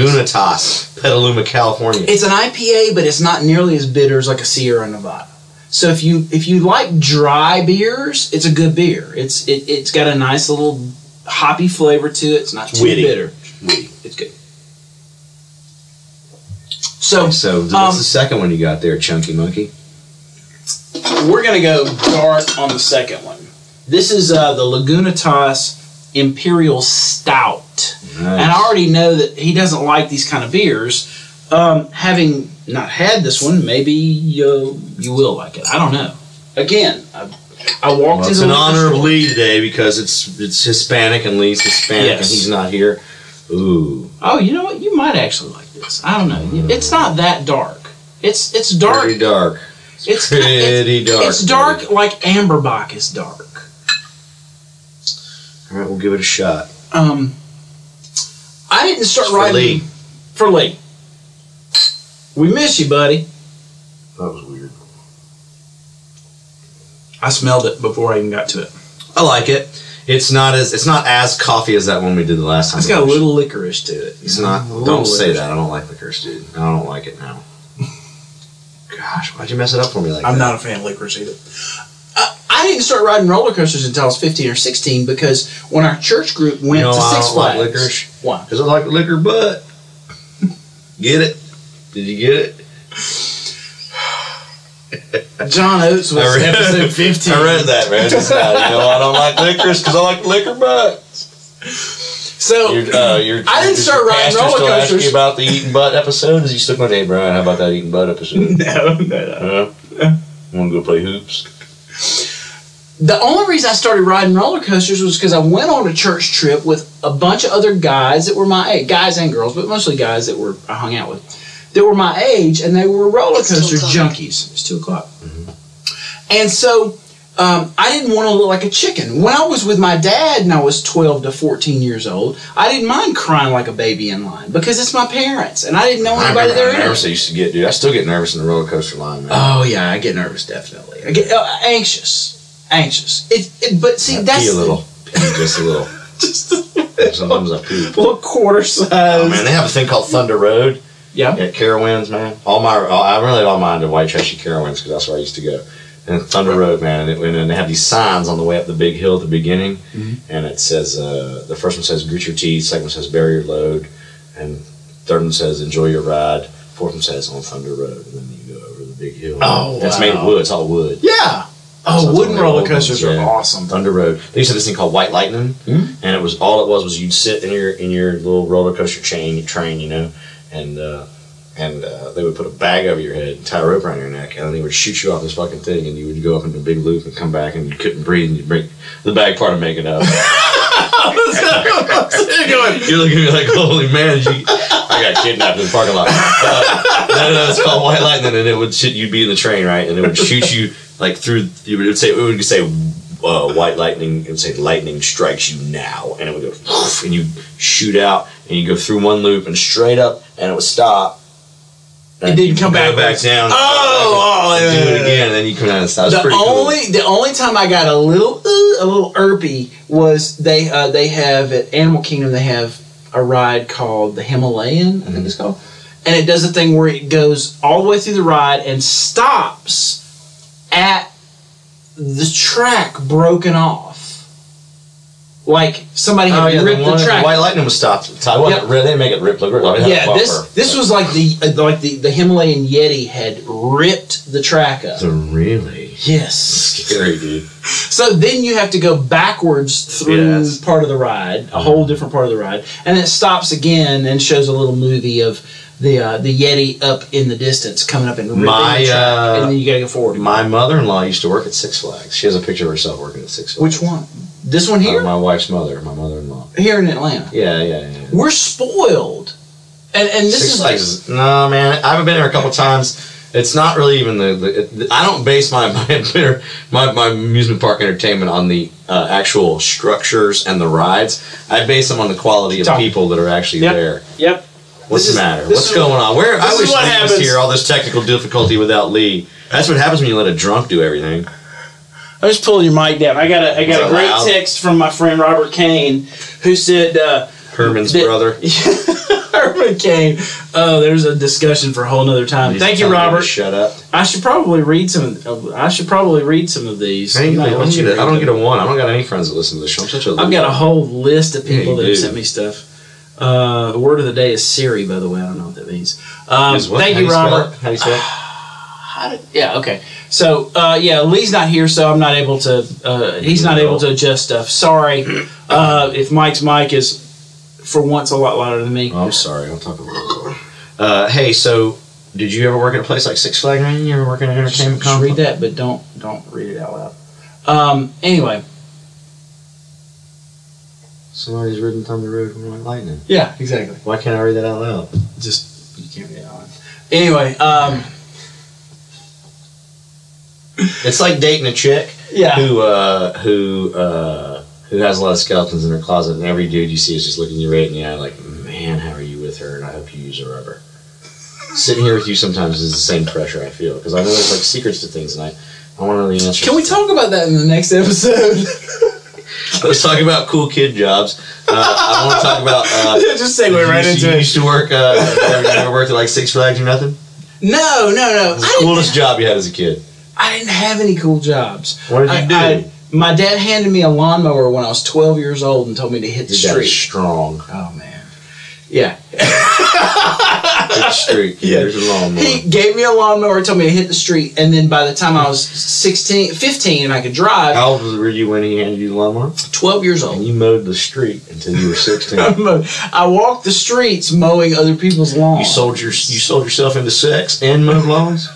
Lagunitas. Petaluma, California.
It's an IPA, but it's not nearly as bitter as like a Sierra Nevada. So if you if you like dry beers, it's a good beer. It's it, it's got a nice little hoppy flavor to it. It's not too
Witty.
bitter. It's good. So
So what's
Um,
the second one you got there, Chunky Monkey?
we're gonna go dark on the second one. This is uh, the Lagunitas Imperial Stout. and I already know that he doesn't like these kind of beers. Um, having not had this one, maybe you you will like it. I don't know. Again, I, I walked
Well,
in
it's
the
an
liquor
honor of
store-
Lee today because it's it's Hispanic and Lee's Hispanic and
Yes.
he's not here. Ooh,
Oh, you know what? You might actually like this. I don't know. It's not that dark. It's it's dark.
Mm. pretty dark.
it's ki-
pretty
it's,
dark.
It's dark like Amberbach is dark.
All right, we'll give it a shot.
Um, I didn't start
It's for
writing
Lee.
for Lee. We miss you, buddy.
That was weird.
I smelled it before I even got to it.
I like it. It's not as it's not as coffee as that one we did the last time.
It's got a little licorice to it.
It's not.
A little
Don't say
licorice.
that. I don't like liquors, dude. I don't like it now. Gosh, why'd you mess it up for me like
I'm
that?
not a fan of licorice either. I, I didn't start riding roller coasters until I was 15 or 16 because when our church group went
You know
to
why I
Six
don't like
Flags,
licorice?
why?
Because I like liquor butt. Get it? Did you get it?
John Oates was
I read-
episode 15.
I read that, man. Just now, you know, I don't like liquors because I like liquor butt.
So
Your, uh, your,
Oh. I didn't
does
start
your
riding
pastor
roller
still ask
coasters.
you about the eating butt episode. Is he still going, hey, Brian, how about that eating butt episode?
no, no, no.
huh? Want to go play hoops?
The only reason I started riding roller coasters was because I went on a church trip with a bunch of other guys that were my age, guys and girls, but mostly guys that were I hung out with, that were my age, and they were roller
two
coaster
o'clock.
junkies. It's two o'clock,
Mm-hmm.
and so um, I didn't want to look like a chicken. When I was with my dad and I was twelve to fourteen years old, I didn't mind crying like a baby in line because it's my parents, and I didn't know
I
anybody
remember
there.
how nervous I used to get, dude. I still get nervous in the roller coaster line, man.
Oh yeah, I get nervous definitely. I get uh, anxious, anxious. It, it but see
I
that's
pee a
the-
little. Pee just a little. Sometimes I pee.
little quarter
Oh,
size.
man, they have a thing called Thunder Road
yeah.
at Carowinds, man. All my, all, I really all mine to White Trashy Carowinds because that's where I used to go. And Thunder Road, man, and, it, and they have these signs on the way up the big hill at the beginning,
Mm-hmm.
and it says uh, the first one says "Get your teeth," second one says "Bury your load," and third one says "Enjoy your ride," fourth one says "On Thunder Road," and then you go over the big hill.
Oh,
that's
wow.
made of wood. It's all wood.
Yeah.
So
Oh,
it's
wooden
one of the
roller
old
coasters
ones,
are
yeah.
awesome.
Thunder Road. They used to have this thing called White Lightning, and it was all it was was you'd sit in your in your little roller coaster chain train, you know, and uh, and uh, they would put a bag over your head, tie a rope around your neck, and then they would shoot you off this fucking thing, and you would go up into a big loop and come back, and you couldn't breathe, and you break the bag part of making up. You're looking at me like, holy man, you, I got kidnapped in the parking lot. Uh, no, no, it's called White Lightning, and it would shoot. You'd be in the train, right? And it would shoot you like through. You would say it would say uh, white lightning, it would say lightning strikes you now, and it would go, "Poof," and you shoot out, and you go through one loop and straight up, and it would stop. And
It didn't
you'd
come
go
back.
back down.
Oh,
and
oh,
do
yeah,
it
yeah,
again, and then you come down and stop. It's
the
pretty cool.
only the only time I got a little uh, a little irpy was they uh, they have at Animal Kingdom they have a ride called the Himalayan I
Mm-hmm.
think it's called, and it does a thing where it goes all the way through the ride and stops at the track broken off, like somebody had
Oh, yeah,
ripped
the,
the,
one-
track.
White Lightning was stopped. at the top. It wasn't
Yep.
red- They didn't make it rip. Look, I mean,
yeah,
well,
this
for-
this was like the uh, like the, the Himalayan Yeti had ripped the track up.
It's a really
Yes.
scary, dude.
So then you have to go backwards through
Yes. Mm-hmm.
part of the ride, a whole different part of the ride, and it stops again and shows a little movie of the uh, the Yeti up in the distance coming up and ripping
My,
the track,
uh,
and then you gotta go forward.
My mother-in-law used to work at Six Flags. She has a picture of herself working at Six Flags.
Which one? This one
Uh,
here,
my wife's mother, my mother-in-law.
here in Atlanta.
Yeah, yeah, yeah.
We're spoiled, and and this
Six
is
Flags is no man. I haven't been there a couple times. It's not really even the. the it, I don't base my my, my my amusement park entertainment on the uh, actual structures and the rides. I base them on the quality of
Talk.
people that are actually
Yep.
there.
yep.
What's
This
the
is-
matter?
this
What's
is-
going on? Where I
this is
wish
what
Lee was
happens.
here. All this technical difficulty without Lee. That's what happens when you let a drunk do everything.
I'm just pulling your mic down. I got a I
Is
got
that
a great
loud?
text from my friend Robert Kane, who said. Uh,
Herman's
The-
brother.
Robert Kane. Oh, there's a discussion for a whole nother time.
He's
Thank you,
telling me to
Robert.
Shut up.
I should probably read some. Of, I should probably read some of these.
I ain't
Might
gonna- I
let
don't,
you
get a,
read
I don't
them.
get a one. I don't got any friends that listen to this show. I'm such a.
I've got a whole list of
Yeah,
people
you
that have
do.
sent me stuff. Uh, the word of the day is Siri, by the way. I don't know what that means. Um,
Is what?
thank
How
you,
do spell
Robert.
it? How do you spell it?
How did- yeah, okay. So, uh, yeah, Lee's not here, so I'm not able to. Uh, he's not
No.
able to adjust stuff. Sorry. Uh, if Mike's mic is, for once, a lot louder than me.
Oh, I'm sorry. I'll talk a little more. Uh, hey, so did you ever work at a place like Six Flags? Man? You ever work at an entertainment
Just- just read
company?
that, but don't don't read it out loud. Um, anyway,
Somebody's ridden down the road from like lightning.
yeah, exactly.
Why can't I read that out loud?
just you can't read it on. Anyway, um,
It's like dating a chick
yeah,
who uh, who uh, who has a lot of skeletons in her closet, and every dude you see is just looking you right in the eye, like, man, how are you with her? And I hope you use her rubber. Sitting here with you sometimes is the same pressure I feel because I know there's like secrets to things, and I I want to know the answers.
can we
to
talk about that in the next episode?
Let's talk about cool kid jobs. Uh, I want to talk about. Uh,
just segue
you
right
used,
into
you
it.
used to work. Uh, never, never worked at like Six Flags or nothing.
No, no, no.
It was
I
the
didn't,
coolest job you had as a kid.
I didn't have any cool jobs.
What did you
I-
do?
I- my dad handed me a lawnmower when I was 12 years old and told me to hit the
Your dad was
street.
strong.
Oh man, yeah.
Hit the street.
Yeah.
Here's a lawnmower.
He gave me a lawnmower, told me to hit the street, and then by the time I was 16, 15 and I could drive,
How old were you when he handed you the lawnmower?
12 years
And
old.
you mowed the street until you were sixteen.
I walked the streets mowing other people's lawns.
you sold your you sold yourself into sex and mowed lawns.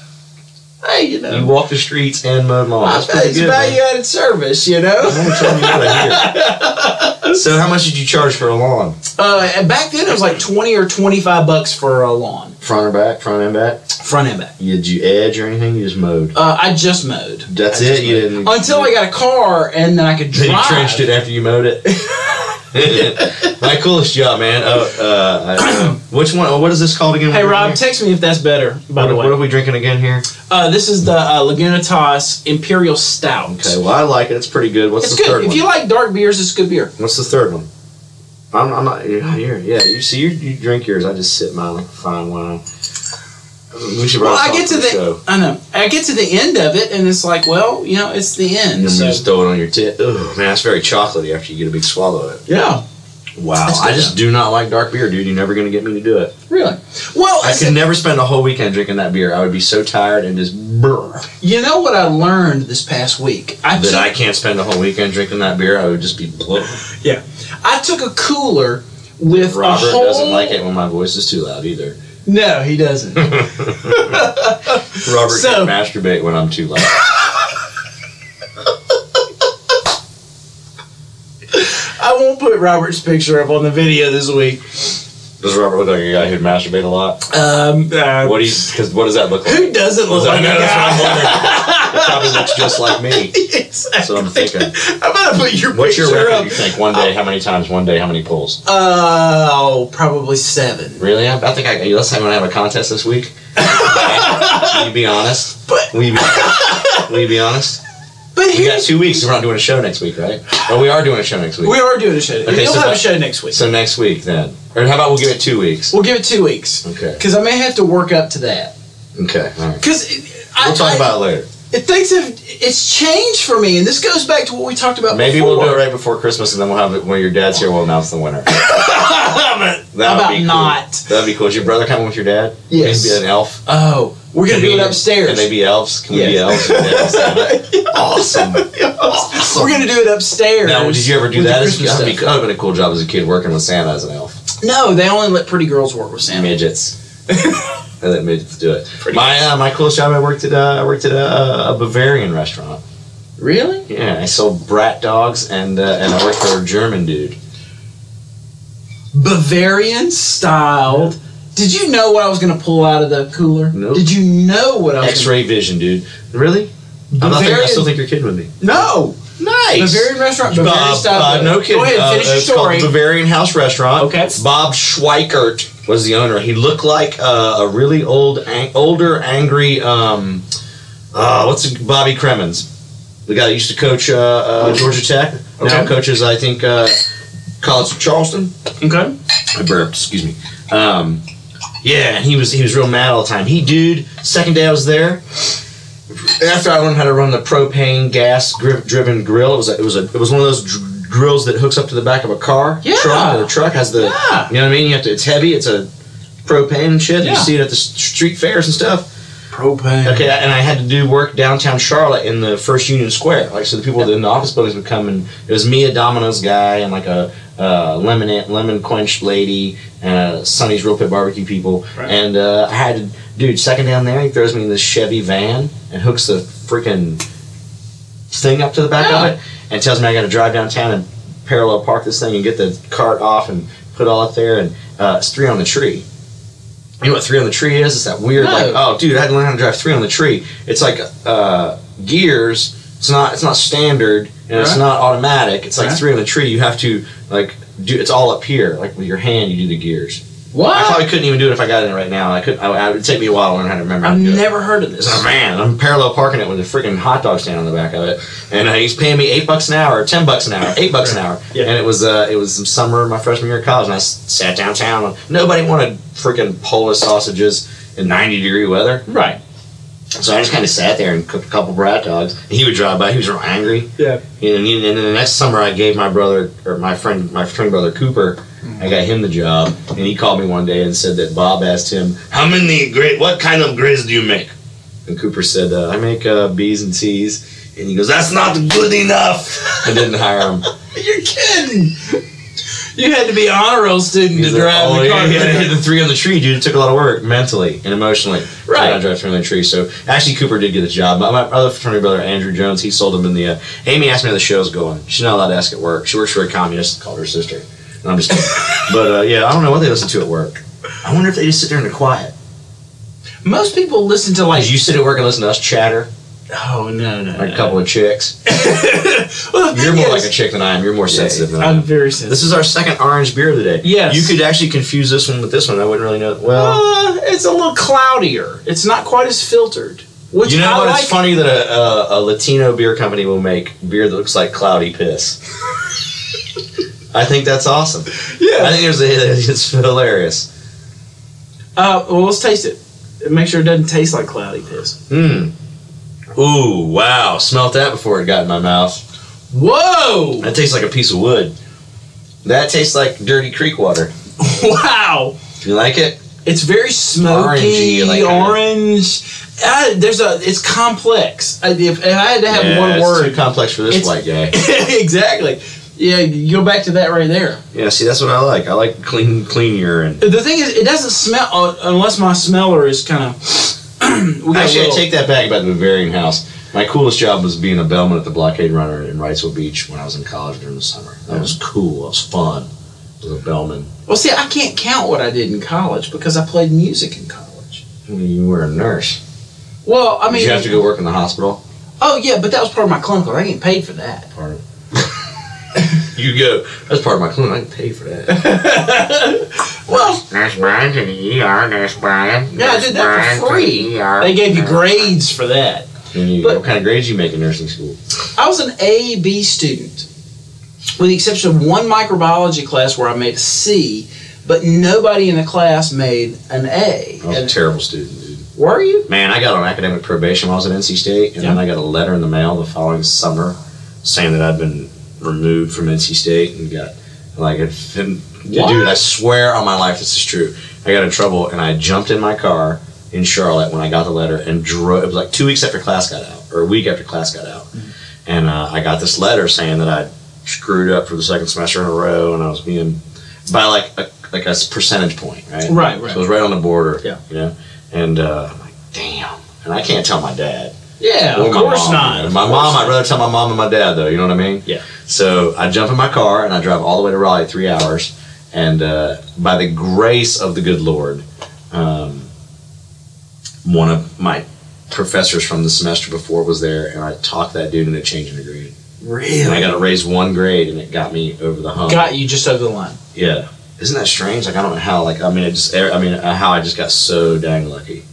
hey, you know.
You walked the streets and mowed lawns. That's pretty
it's
good.
value
man.
added service, you
I'm
know.
only telling you what I hear. So how much did you charge for a lawn?
Uh, and back then it was like twenty or twenty five bucks for a lawn,
Front or back? Front and back?
front and back.
You, did you edge or anything? You just mowed.
Uh, I just mowed
That's
I
it.
just
You didn't
mowed. until I got a car and then I could
Then
drive.
you trenched it after you mowed it. My coolest job, man. Oh, uh, I- which one? oh, What is this called again?
Hey Rob,
What,
text me if that's better. By the
what are
way,
we drinking again here?
uh, this is the uh, Laguna Toss Imperial Stout.
Okay, well I like it. It's pretty good. What's
It's
the third
good. If
one?
you like dark beers, it's good beer.
What's the third one? I'm, I'm not. You're, you're, yeah, you see, you, you drink yours. I just sit mine like a fine wine. We should
Well,
probably
I
talk
get to
for
the
show.
I know I get to the end of it and it's like, well, you know, it's the
And
end.
then
so-
we just throw it on your tip. Oh man, that's very chocolatey after you get a big swallow of
yeah,
it. Wow,
That's good
I just do not like dark beer, dude. You're never gonna get me to do it.
really. Well,
I
it's-
could never spend a whole weekend drinking that beer. I would be so tired and just brr.
you know what I learned this past week? I
that
keep-
I can't spend a whole weekend drinking that beer. I would just be blown.
I took a cooler with
Robert
a whole.
doesn't like it when my voice is too loud either.
No, he doesn't.
Robert
So-
can masturbate when I'm too loud.
I won't put Robert's picture up on the video this week.
Does Robert look like a guy who'd masturbate a lot?
Um, uh,
What do you? Because what does that look like?
who doesn't look
I
like a
know, that's
guy?
what I'm probably looks just like me.
That's
what I'm thinking.
I'm gonna put your
What's your
picture
record?
up.
You think one day, how many times? One day, how many pulls?
Oh, probably seven.
Really? I, I think I. Let's have, have a contest this week. Will you be honest?
But-
will you be, will you be honest?
But
We got
here's
two weeks. We're not doing a show next week, right? Well, we are doing a show next week.
we are doing a show.
Okay,
we'll
so
have
that-
a show next week.
so next week then, or how about we'll give it two weeks?
We'll give it two weeks.
Okay.
Because I may have to work up to that.
Okay. All right.
Because I,
We'll talk
I-
about it later.
it, things have it's changed for me, and this goes back to what we talked about.
Maybe
before.
we'll do it right before Christmas, and then we'll have it when your dad's here. We'll announce the winner. That
How
would
about
be cool.
not?
That'd be cool. Is your brother coming with your dad?
Yes.
He'd be an elf.
Oh, we're gonna
Can
do
we-
it upstairs.
Can they be elves? Can we be
Yes.
elves? and elves and elves? awesome.
We're gonna do it upstairs.
Now, did you ever do
with the
that? As,
Christmas
that'd, be,
stuff.
that'd have been a cool job as a kid working with Santa as an elf.
No, they only let pretty girls work with Santa.
midgets. I let midgets do it.
Pretty
my uh, my coolest job. I worked at uh, I worked at a, a Bavarian restaurant.
Really?
Yeah, I sold brat dogs and uh, and I worked for a German dude.
Bavarian styled. Did you know what I was gonna pull out of the cooler?
Nope.
Did you know what I was?
X-ray vision, dude. Really? I'm not thinking, I
Bavarian-
still think you're kidding with me.
Gonna, no.
Nice.
Bavarian restaurant.
Bob,
Bavarian style.
uh, no kidding.
Go ahead.
Uh,
Finish your
it's called
story.
the Bavarian House Restaurant.
Okay.
Bob Schweikert was the owner. He looked like uh, a really old, an- older, angry. Um, uh, what's the, Bobby Cremens, the guy that used to coach uh, uh, Georgia Tech. Now
Okay.
coaches, I think, uh, College of Charleston.
okay.
I burped. Excuse me. Um, yeah, and he was he was real mad all the time. He dude. Second day I was there. After I learned how to run the propane gas gri- driven grill, it was a, it was a it was one of those dr- grills that hooks up to the back of a car.
Yeah.
Truck. The truck has the.
Yeah.
You know what I mean? You have to. It's heavy. It's a propane and shit. You
Yeah.
see it at the s- street fairs and stuff.
Propane.
Okay, and I had to do work downtown Charlotte in the First Union Square. Like, so the people in the office buildings would come, and it was me, a Domino's guy, and like a uh, lemon lemon quench lady, and uh, Sonny's Real Pit Barbecue people.
Right.
And uh, I had to, dude, second down there, he throws me in this Chevy van and hooks the freaking thing up to the back
Yeah.
of it, and tells me I got to drive downtown and parallel park this thing and get the cart off and put all up there, and uh, it's three on the tree. You know what three on the tree is? It's that weird
No.
like oh dude, I had to learn how to drive three on the tree. It's like uh, gears. It's not it's not standard and it's
Right.
not automatic. It's like
Right.
three on the tree. You have to like do it's all up here. Like with your hand, you do the gears. I
What?
probably couldn't even do it if I got in it right now. I could. I, I it would take me a while to learn how to remember. how
I've
to do it.
never heard of
It's
this.
a van. I'm parallel parking it with a freaking hot dog stand on the back of it, and uh, he's paying me eight bucks an hour, ten bucks an hour, eight bucks an hour.
Yeah.
And it was uh, it was some summer of my freshman year of college, and I s- sat downtown. Nobody wanted freaking Polish sausages in 90 degree weather,
Right.
so I just kind of sat there and cooked a couple brat dogs. And he would drive by. He was real angry.
Yeah.
And, and then the next summer, I gave my brother or my friend, my twin brother Cooper, I got him the job, and he called me one day and said that Bob asked him, "How many great? What kind of grids do you make?" And Cooper said, uh, "I make uh, B's and C's." And he goes, "That's not good enough." I didn't hire him.
You're kidding. You had to be an honor roll student to
He's like,
drive
"Oh,
the
yeah,
car.
yeah, yeah, hit the three on the tree, dude. It took a lot of work mentally and emotionally.
Right.
I drive three on the tree. So actually, Cooper did get the job. My, my other fraternity brother, Andrew Jones, he sold him in the. Uh, Amy asked me how the show's going. She's not allowed to ask at work. She works for a communist. Called her sister. No, I'm just kidding. but uh, yeah, I don't know what they listen to at work. I wonder if they just sit there in the quiet.
Most people listen to like
Like you sit at work and listen to us chatter,
oh no no.
like a
no.
couple of chicks.
Well, the
You're
thing
more like
is-
a chick than I am. You're more sensitive than I
I'm
am.
very sensitive.
This is our second orange beer today.
Yes.
You could actually confuse this one with this one. I wouldn't really know. Well.
Uh, it's a little cloudier. It's not quite as filtered. Which
you know
I
what?
like.
It's funny that a, a, a Latino beer company will make beer that looks like cloudy piss. I think that's awesome. I
Yeah.
think there's a, it's hilarious.
Uh, well, let's taste it. Make sure it doesn't taste like cloudy piss.
Hmm. Ooh, wow. Smelt that before it got in my mouth.
Whoa!
That tastes like a piece of wood. That tastes like dirty creek water.
Wow!
You like it?
It's very smoky,
Orangey, like uh, kinda-
orange. Uh, there's a. It's complex. I, if, if I had to have
Yeah,
one
it's
word,
Too complex for this
It's-
white guy.
exactly. Yeah, you go back to that right there.
Yeah, see, that's what I like. I like clean, clean urine.
The thing is, it doesn't smell uh, unless my smeller is kind of.
Actually, I take that back about the Bavarian house. My coolest job was being a bellman at the blockade runner in Wrightsville Beach when I was in college during the summer. That was cool. That was fun. I was a bellman.
Well, see, I can't count what I did in college because I played music in college.
I mean, you were a nurse.
Well, I mean,
Did you have to go work in the hospital?
Oh yeah, but that was part of my clunker. I ain't paid for that.
Part of you go. That's part of my clone. I can pay for that.
Well,
Nurse Brian to the ER, Nurse Brian. E
yeah, I did that for free. They gave you grades for that.
And you,
But-
what kind of grades you make in nursing school?
I was an A B student, with the exception of one microbiology class where I made a C, but nobody in the class made an A.
I was a
And-
terrible student, dude.
were you?
Man, I got on academic probation while I was at NC State, and then I got a letter in the mail the following summer saying that I'd been removed from NC State and got like, if- and- dude, I swear on my life this is true. I got in trouble, and I jumped in my car in Charlotte when I got the letter and drove. It was like two weeks after class got out, or a week after class got out, and uh, I got this letter saying that I screwed up for the second semester in a row, and I was being by like a, like a percentage point, right?
Right,
So it was right on the border.
Yeah.
You know? And uh, I'm like, damn. And I can't tell my dad.
Yeah,
or
of
my
course
mom.
not.
My mom, I'd rather tell my mom and my dad, though. You know what I mean?
Yeah.
So I jump in my car and I drive all the way to Raleigh, three hours. And uh, by the grace of the good Lord, um, one of my professors from the semester before was there, and I talked that dude into changing a grade. And I
Really?
got to raise one grade, and it got me over the hump.
Got you just over the line.
Yeah. Isn't that strange? Like I don't know how. Like I mean, it just. I mean, uh, how I just got so dang lucky.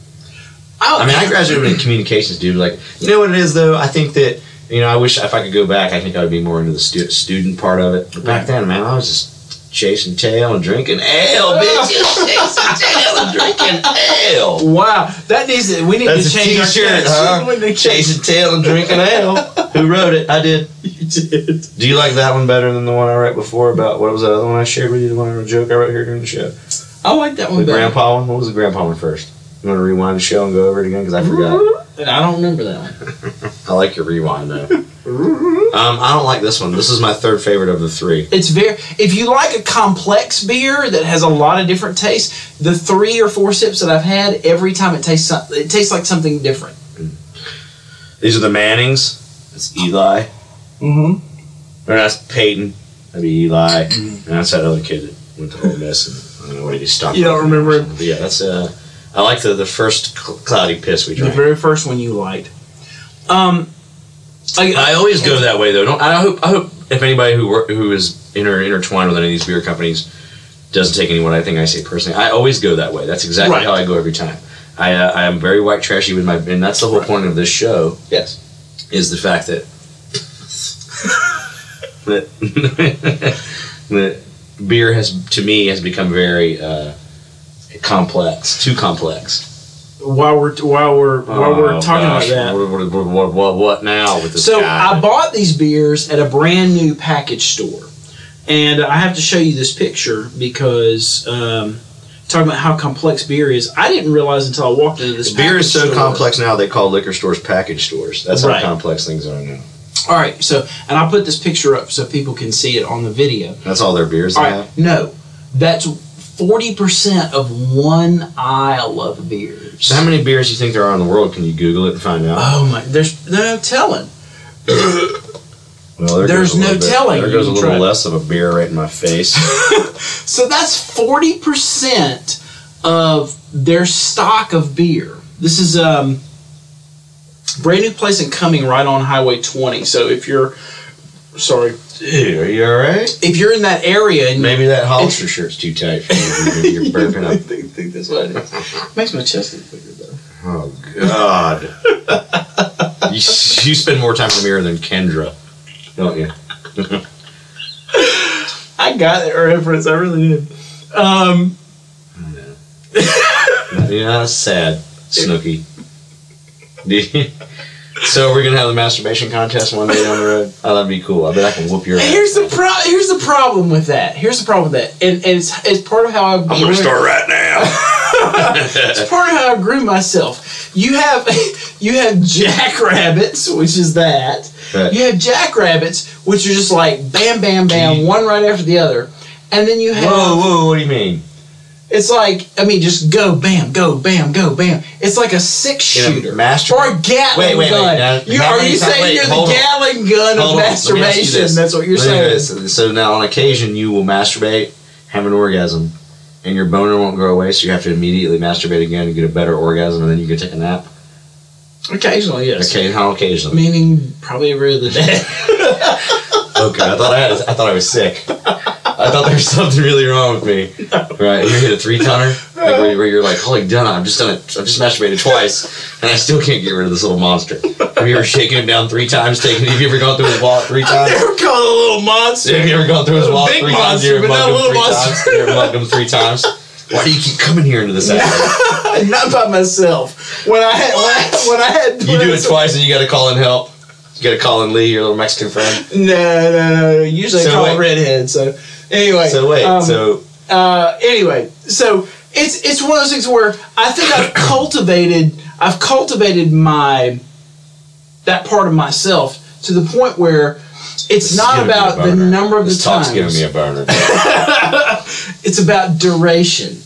Oh,
I mean, I graduated in communications, dude. Like you know what it is though. I think that you know. I wish if I could go back, I think I would be more into the stu- student part of it. But back then, man, I was just chasing tail and drinking ale, bitch. Just chasing tail and drinking ale.
Wow, that needs to, we need
That's
to
a
change our
t-shirt,
shirts.
huh?
We need to change-
Chasing tail and drinking ale. Who wrote it? I did.
You did.
Do you like that one better than the one I wrote before about what was that other one I shared with you? The one I joke I wrote here during the show.
I like that
The
one better.
grandpa one? What was the grandpa one first? You want to rewind the show and go over it again? Because I forgot.
And I don't remember that one.
I like your rewind, though. um, I don't like this one. This is my third favorite of the three.
It's very. If you like a complex beer that has a lot of different tastes, the three or four sips that I've had, every time it tastes some- it tastes like something different.
These are the Mannings. That's Eli.
Mm-hmm.
Or that's Peyton. That'd be Eli. And that's that other kid that went to Ole Miss. And I don't know what he stopped.
You don't remember it?
But yeah, that's uh, I like the, the first cl- cloudy piss we
The
drank.
very first one you liked. Um, like
I always go that way though. Don't I hope I hope if anybody who work, who is inter, intertwined with any of these beer companies doesn't take any what I think I say personally. I always go that way. That's exactly
Right.
how I go every time. I uh, I am very white trashy with my and that's the whole point of this show
yes.
is the fact that that, that beer has to me has become very uh, complex, too complex.
While we're while we're while we're
Oh,
talking
gosh.
about that.
What, what, what, what, what, what now with this
So
guy?
I bought these beers at a brand new package store, and I have to show you this picture because um, talking about how complex beer is, I didn't realize until I walked into this
Beer is
package
so
store.
complex now they call liquor stores package stores. That's
Right.
how complex things are now.
All right, so and I'll put this picture up so people can see it on the video.
That's all their beers
All
they
right,
have.
no, that's forty percent of one aisle of beers.
So how many beers you think there are in the world? Can you Google it and find out?
oh my, there's no telling.
Well, there
there's
goes a
no
little bit-
telling.
There goes a
You
little
try.
less of a beer right in my face.
So that's forty percent of their stock of beer. This is um, brand new place in Cumming, right on Highway twenty. So if you're sorry,
Dude, are you all right?
if you're in that area and
Maybe that Hollister shirt's too tight for you. You're burping
I
up.
think, think that's what it is. Makes my chest look bigger though.
Oh God! you, you spend more time in the mirror than Kendra, don't you?
I got that reference. I really did. Um,
Yeah, that's sad, Snooky. so we're gonna have the masturbation contest one day down the road. Oh, that'd be cool. I bet I can whoop your ass.
here's the pro- Here's the problem with that. Here's the problem with that, and, and it's, it's part of how I've
I'm gonna start right
It's
now.
part of how I grew myself. You have you have jackrabbits, which is that.
Right.
You have jackrabbits, which are just like bam, bam, bam, one right after the other, and then you have
whoa, whoa! What do you mean?
it's like I mean, just go bam, go bam, go bam. It's like a six
In a
shooter,
master-
or a Gatling
Wait, wait, wait.
gun.
Now,
you,
how
are
many
you
times-
saying
wait,
you're the
hold on.
Gatling gun of
Hold on, let me ask you
masturbation?
this.
That's what you're
Let me
saying.
ask you this. So now, on occasion, you will masturbate, have an orgasm, and your boner won't go away, so you have to immediately masturbate again to get a better orgasm, and then you can take a nap.
Occasionally, yes.
Okay, how occasionally?
Meaning probably every other day.
Okay, I thought I, I thought I was sick. I thought there was something really wrong with me. Right, you hit a three tonner, like where, where you're like, holy done, I've just done it, I've just masturbated twice, and I still can't get rid of this little monster. Have you ever shaken him down three times? Taking, have you ever gone through his wallet three times?
They're called a little monster.
Have you ever gone through his wallet
Big
three times?
monster,
You ever
but not
mugged him
little
three
monster.
times? You ever mugged him three times? Why do you keep coming here into this hour?
Not by myself. When I had when I, when I had
You do it twice, and you got to call in help. You got to call in Lee, your little Mexican friend.
No, no, no. Usually
So
I call
wait.
it redhead. So anyway.
So wait,
um,
so
uh, anyway, so it's it's one of those things where I think I've cultivated I've cultivated my that part of myself to the point where it's
This is
not
giving me a
about the
boner.
number of
this
the
talk's
times.
giving me a boner.
it's about duration.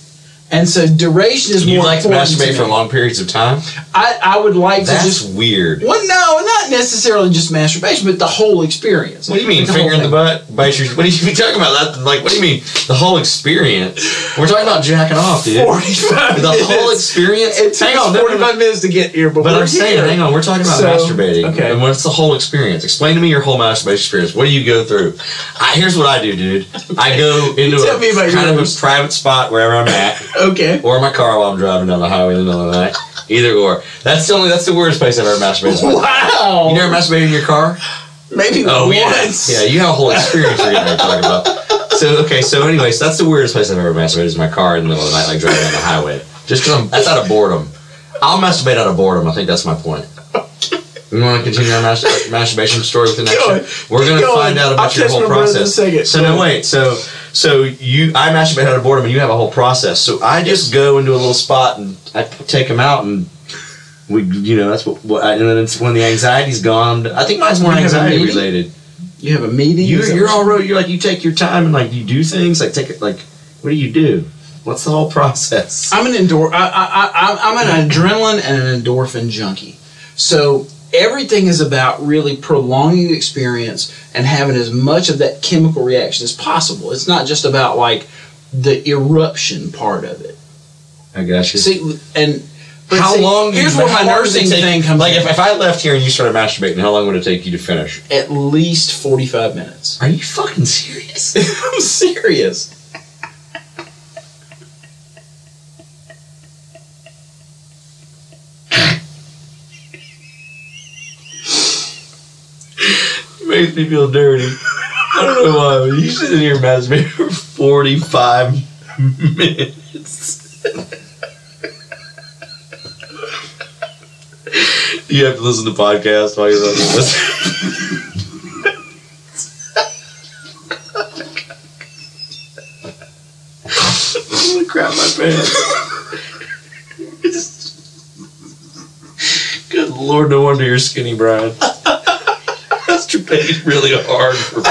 And so duration is
You
more
like to
important to
masturbate
me.
for long periods of time?
I, I would like to
That's
just
weird.
well, no, not necessarily just masturbation, but the whole experience.
What do you mean,
The whole
finger in the
thing.
butt, bite your? What do you be talking about? That like, what do you mean? The whole experience. We're talking about jacking off, dude.
Forty-five.
The whole
minutes.
experience.
It took
hang on,
us
no, no, no.
forty-five minutes to get here, but,
But
we're
I'm saying,
here.
hang on, we're talking about
So,
masturbating.
okay.
And what's the whole experience? Explain to me your whole masturbation experience. What do you go through? I, here's what I do, dude. I go into
Tell
a
me about
kind of
yours.
a private spot wherever I'm at,
Okay.
or in my car while I'm driving down the highway in the middle of the night. Either or. That's the only. That's the weirdest place I've ever masturbated.
Wow.
You never masturbated in your car?
Maybe once.
Oh. yeah. Yeah, you have a whole experience you're gonna talk about. So okay, so anyways, that's the weirdest place I've ever masturbated is my car in the middle of the night, like driving on the highway. Just because I'm that's out of boredom. I'll masturbate out of boredom. I think that's my point. We want to continue our mas- masturbation story with the next
going.
show. We're gonna
Keep going.
find out about
I'll
your
catch
whole
my breath in a
process.
second.
So no wait, so so you I masturbate out of boredom and you have a whole process. So I just go into a little spot and I take him out and we you know that's what, what I, and then it's when the anxiety's gone. I think mine's more
You have a
anxiety
meeting?
related.
You have a meeting.
You,
is that
you're
what
all right. You're like you take your time and like you do things. Like take it. Like what do you do? What's the whole process?
I'm an endor. I, I, I, I'm an adrenaline and an endorphin junkie. So everything is about really prolonging the experience and having as much of that chemical reaction as possible. It's not just about like the eruption part of it.
I got you.
See, and but
how
see,
long?
Here's
but
where my
how long does it
nursing
take-
thing comes.
Like
in.
if, if I left here and you started masturbating, how long would it take you to finish?
at least 45 minutes.
Are you fucking serious?
I'm serious.
makes me feel dirty. I don't know why. But you sit in here masturbating for forty five minutes. you have to listen to podcasts while you're listening. I'm gonna crap my pants. Good lord, no wonder you're skinny, Brian masturbating really hard for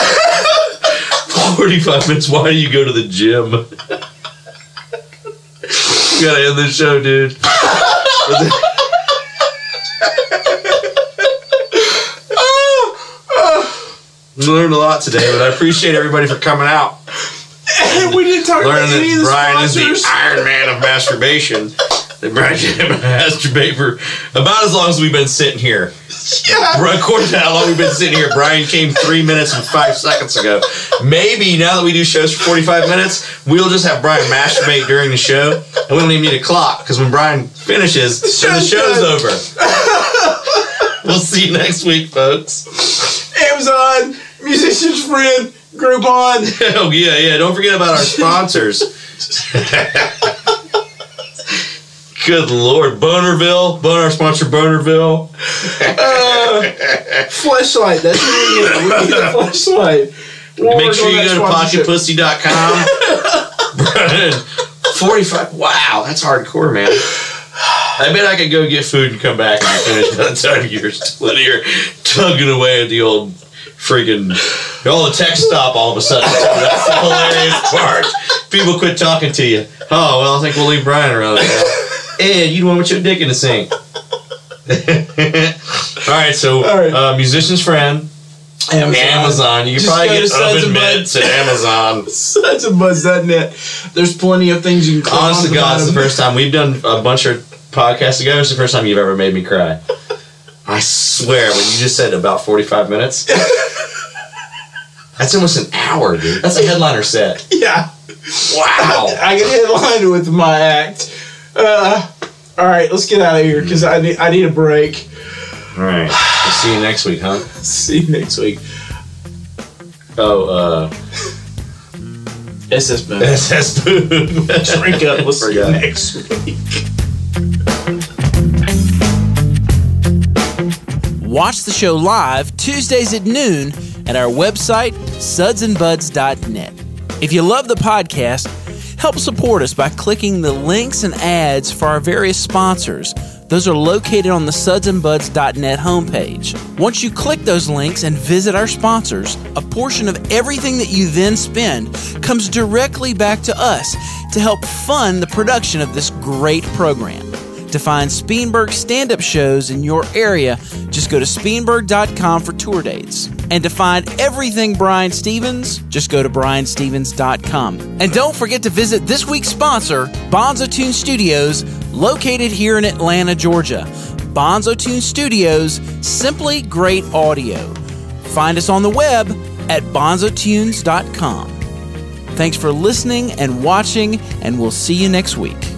45 minutes. Why do you go to the gym? we gotta end this show, dude. Learned a lot today, but I appreciate everybody for coming out.
we didn't talk
Learning
about any of
that
the
Brian is
sponsors.
the Iron Man of masturbation. That Brian can masturbate for about as long as we've been sitting here.
yeah.
Bro, According to how long we've been sitting here, Brian came three minutes and five seconds ago. Maybe now that we do shows for 45 minutes, we'll just have Brian masturbate during the show, and we don't even need a clock because when Brian finishes, then the
show's
show's
done.
over. we'll see you next week, folks.
Amazon, musician's friend, Groupon.
oh, yeah, yeah. Don't forget about our sponsors. Good Lord. Bonerville. Boner our sponsor, Bonerville.
Flashlight. That's what we get. We get a flashlight.
Make sure you go to pocketpussy.com. Brian, 45. Wow, that's hardcore, man. I bet I could go get food and come back and finish by the time you're still in here tugging away at the old freaking. Oh, the tech stop all of a sudden. too. That's the hilarious part. People quit talking to you. Oh, well, I think we'll leave Brian around now. Ed, you the one with your dick in the sink. all right, so
All right.
Uh, musician's friend.
Amazon.
Amazon. You can
Just
probably
go to
get
Sons and
oven mitts at Amazon.
Such a buzz.net. There's plenty of things you can click
Honest
on
to God, it's the
bottom.
first time we've done a bunch of podcasts together. It's the first time you've ever made me cry. I swear, when you just said about 45 minutes, that's almost an hour, dude. That's a headliner set.
Yeah.
Wow.
I can headline with my act. Uh, all right, let's get out of here because I need, I need a break.
All right. We'll see you next week, huh?
See you next week.
Oh, uh,
SS Boone.
SS Boom.
Drink up. We'll see you
Forgot.
next week.
Watch the show live Tuesdays at noon at our website, sudsandbuds.net. If you love the podcast, help support us by clicking the links and ads for our various sponsors. Those are located on the sudsandbuds.net homepage. Once you click those links and visit our sponsors, a portion of everything that you then spend comes directly back to us to help fund the production of this great program. To find Speenberg stand up shows in your area, just go to Speenberg.com for tour dates. And to find everything Brian Stevens, just go to BrianStevens.com. And don't forget to visit this week's sponsor, Bonzo Tune Studios, located here in Atlanta, Georgia. Bonzo Tune Studios, simply great audio. Find us on the web at bonzotunes.com. Thanks for listening and watching, and we'll see you next week.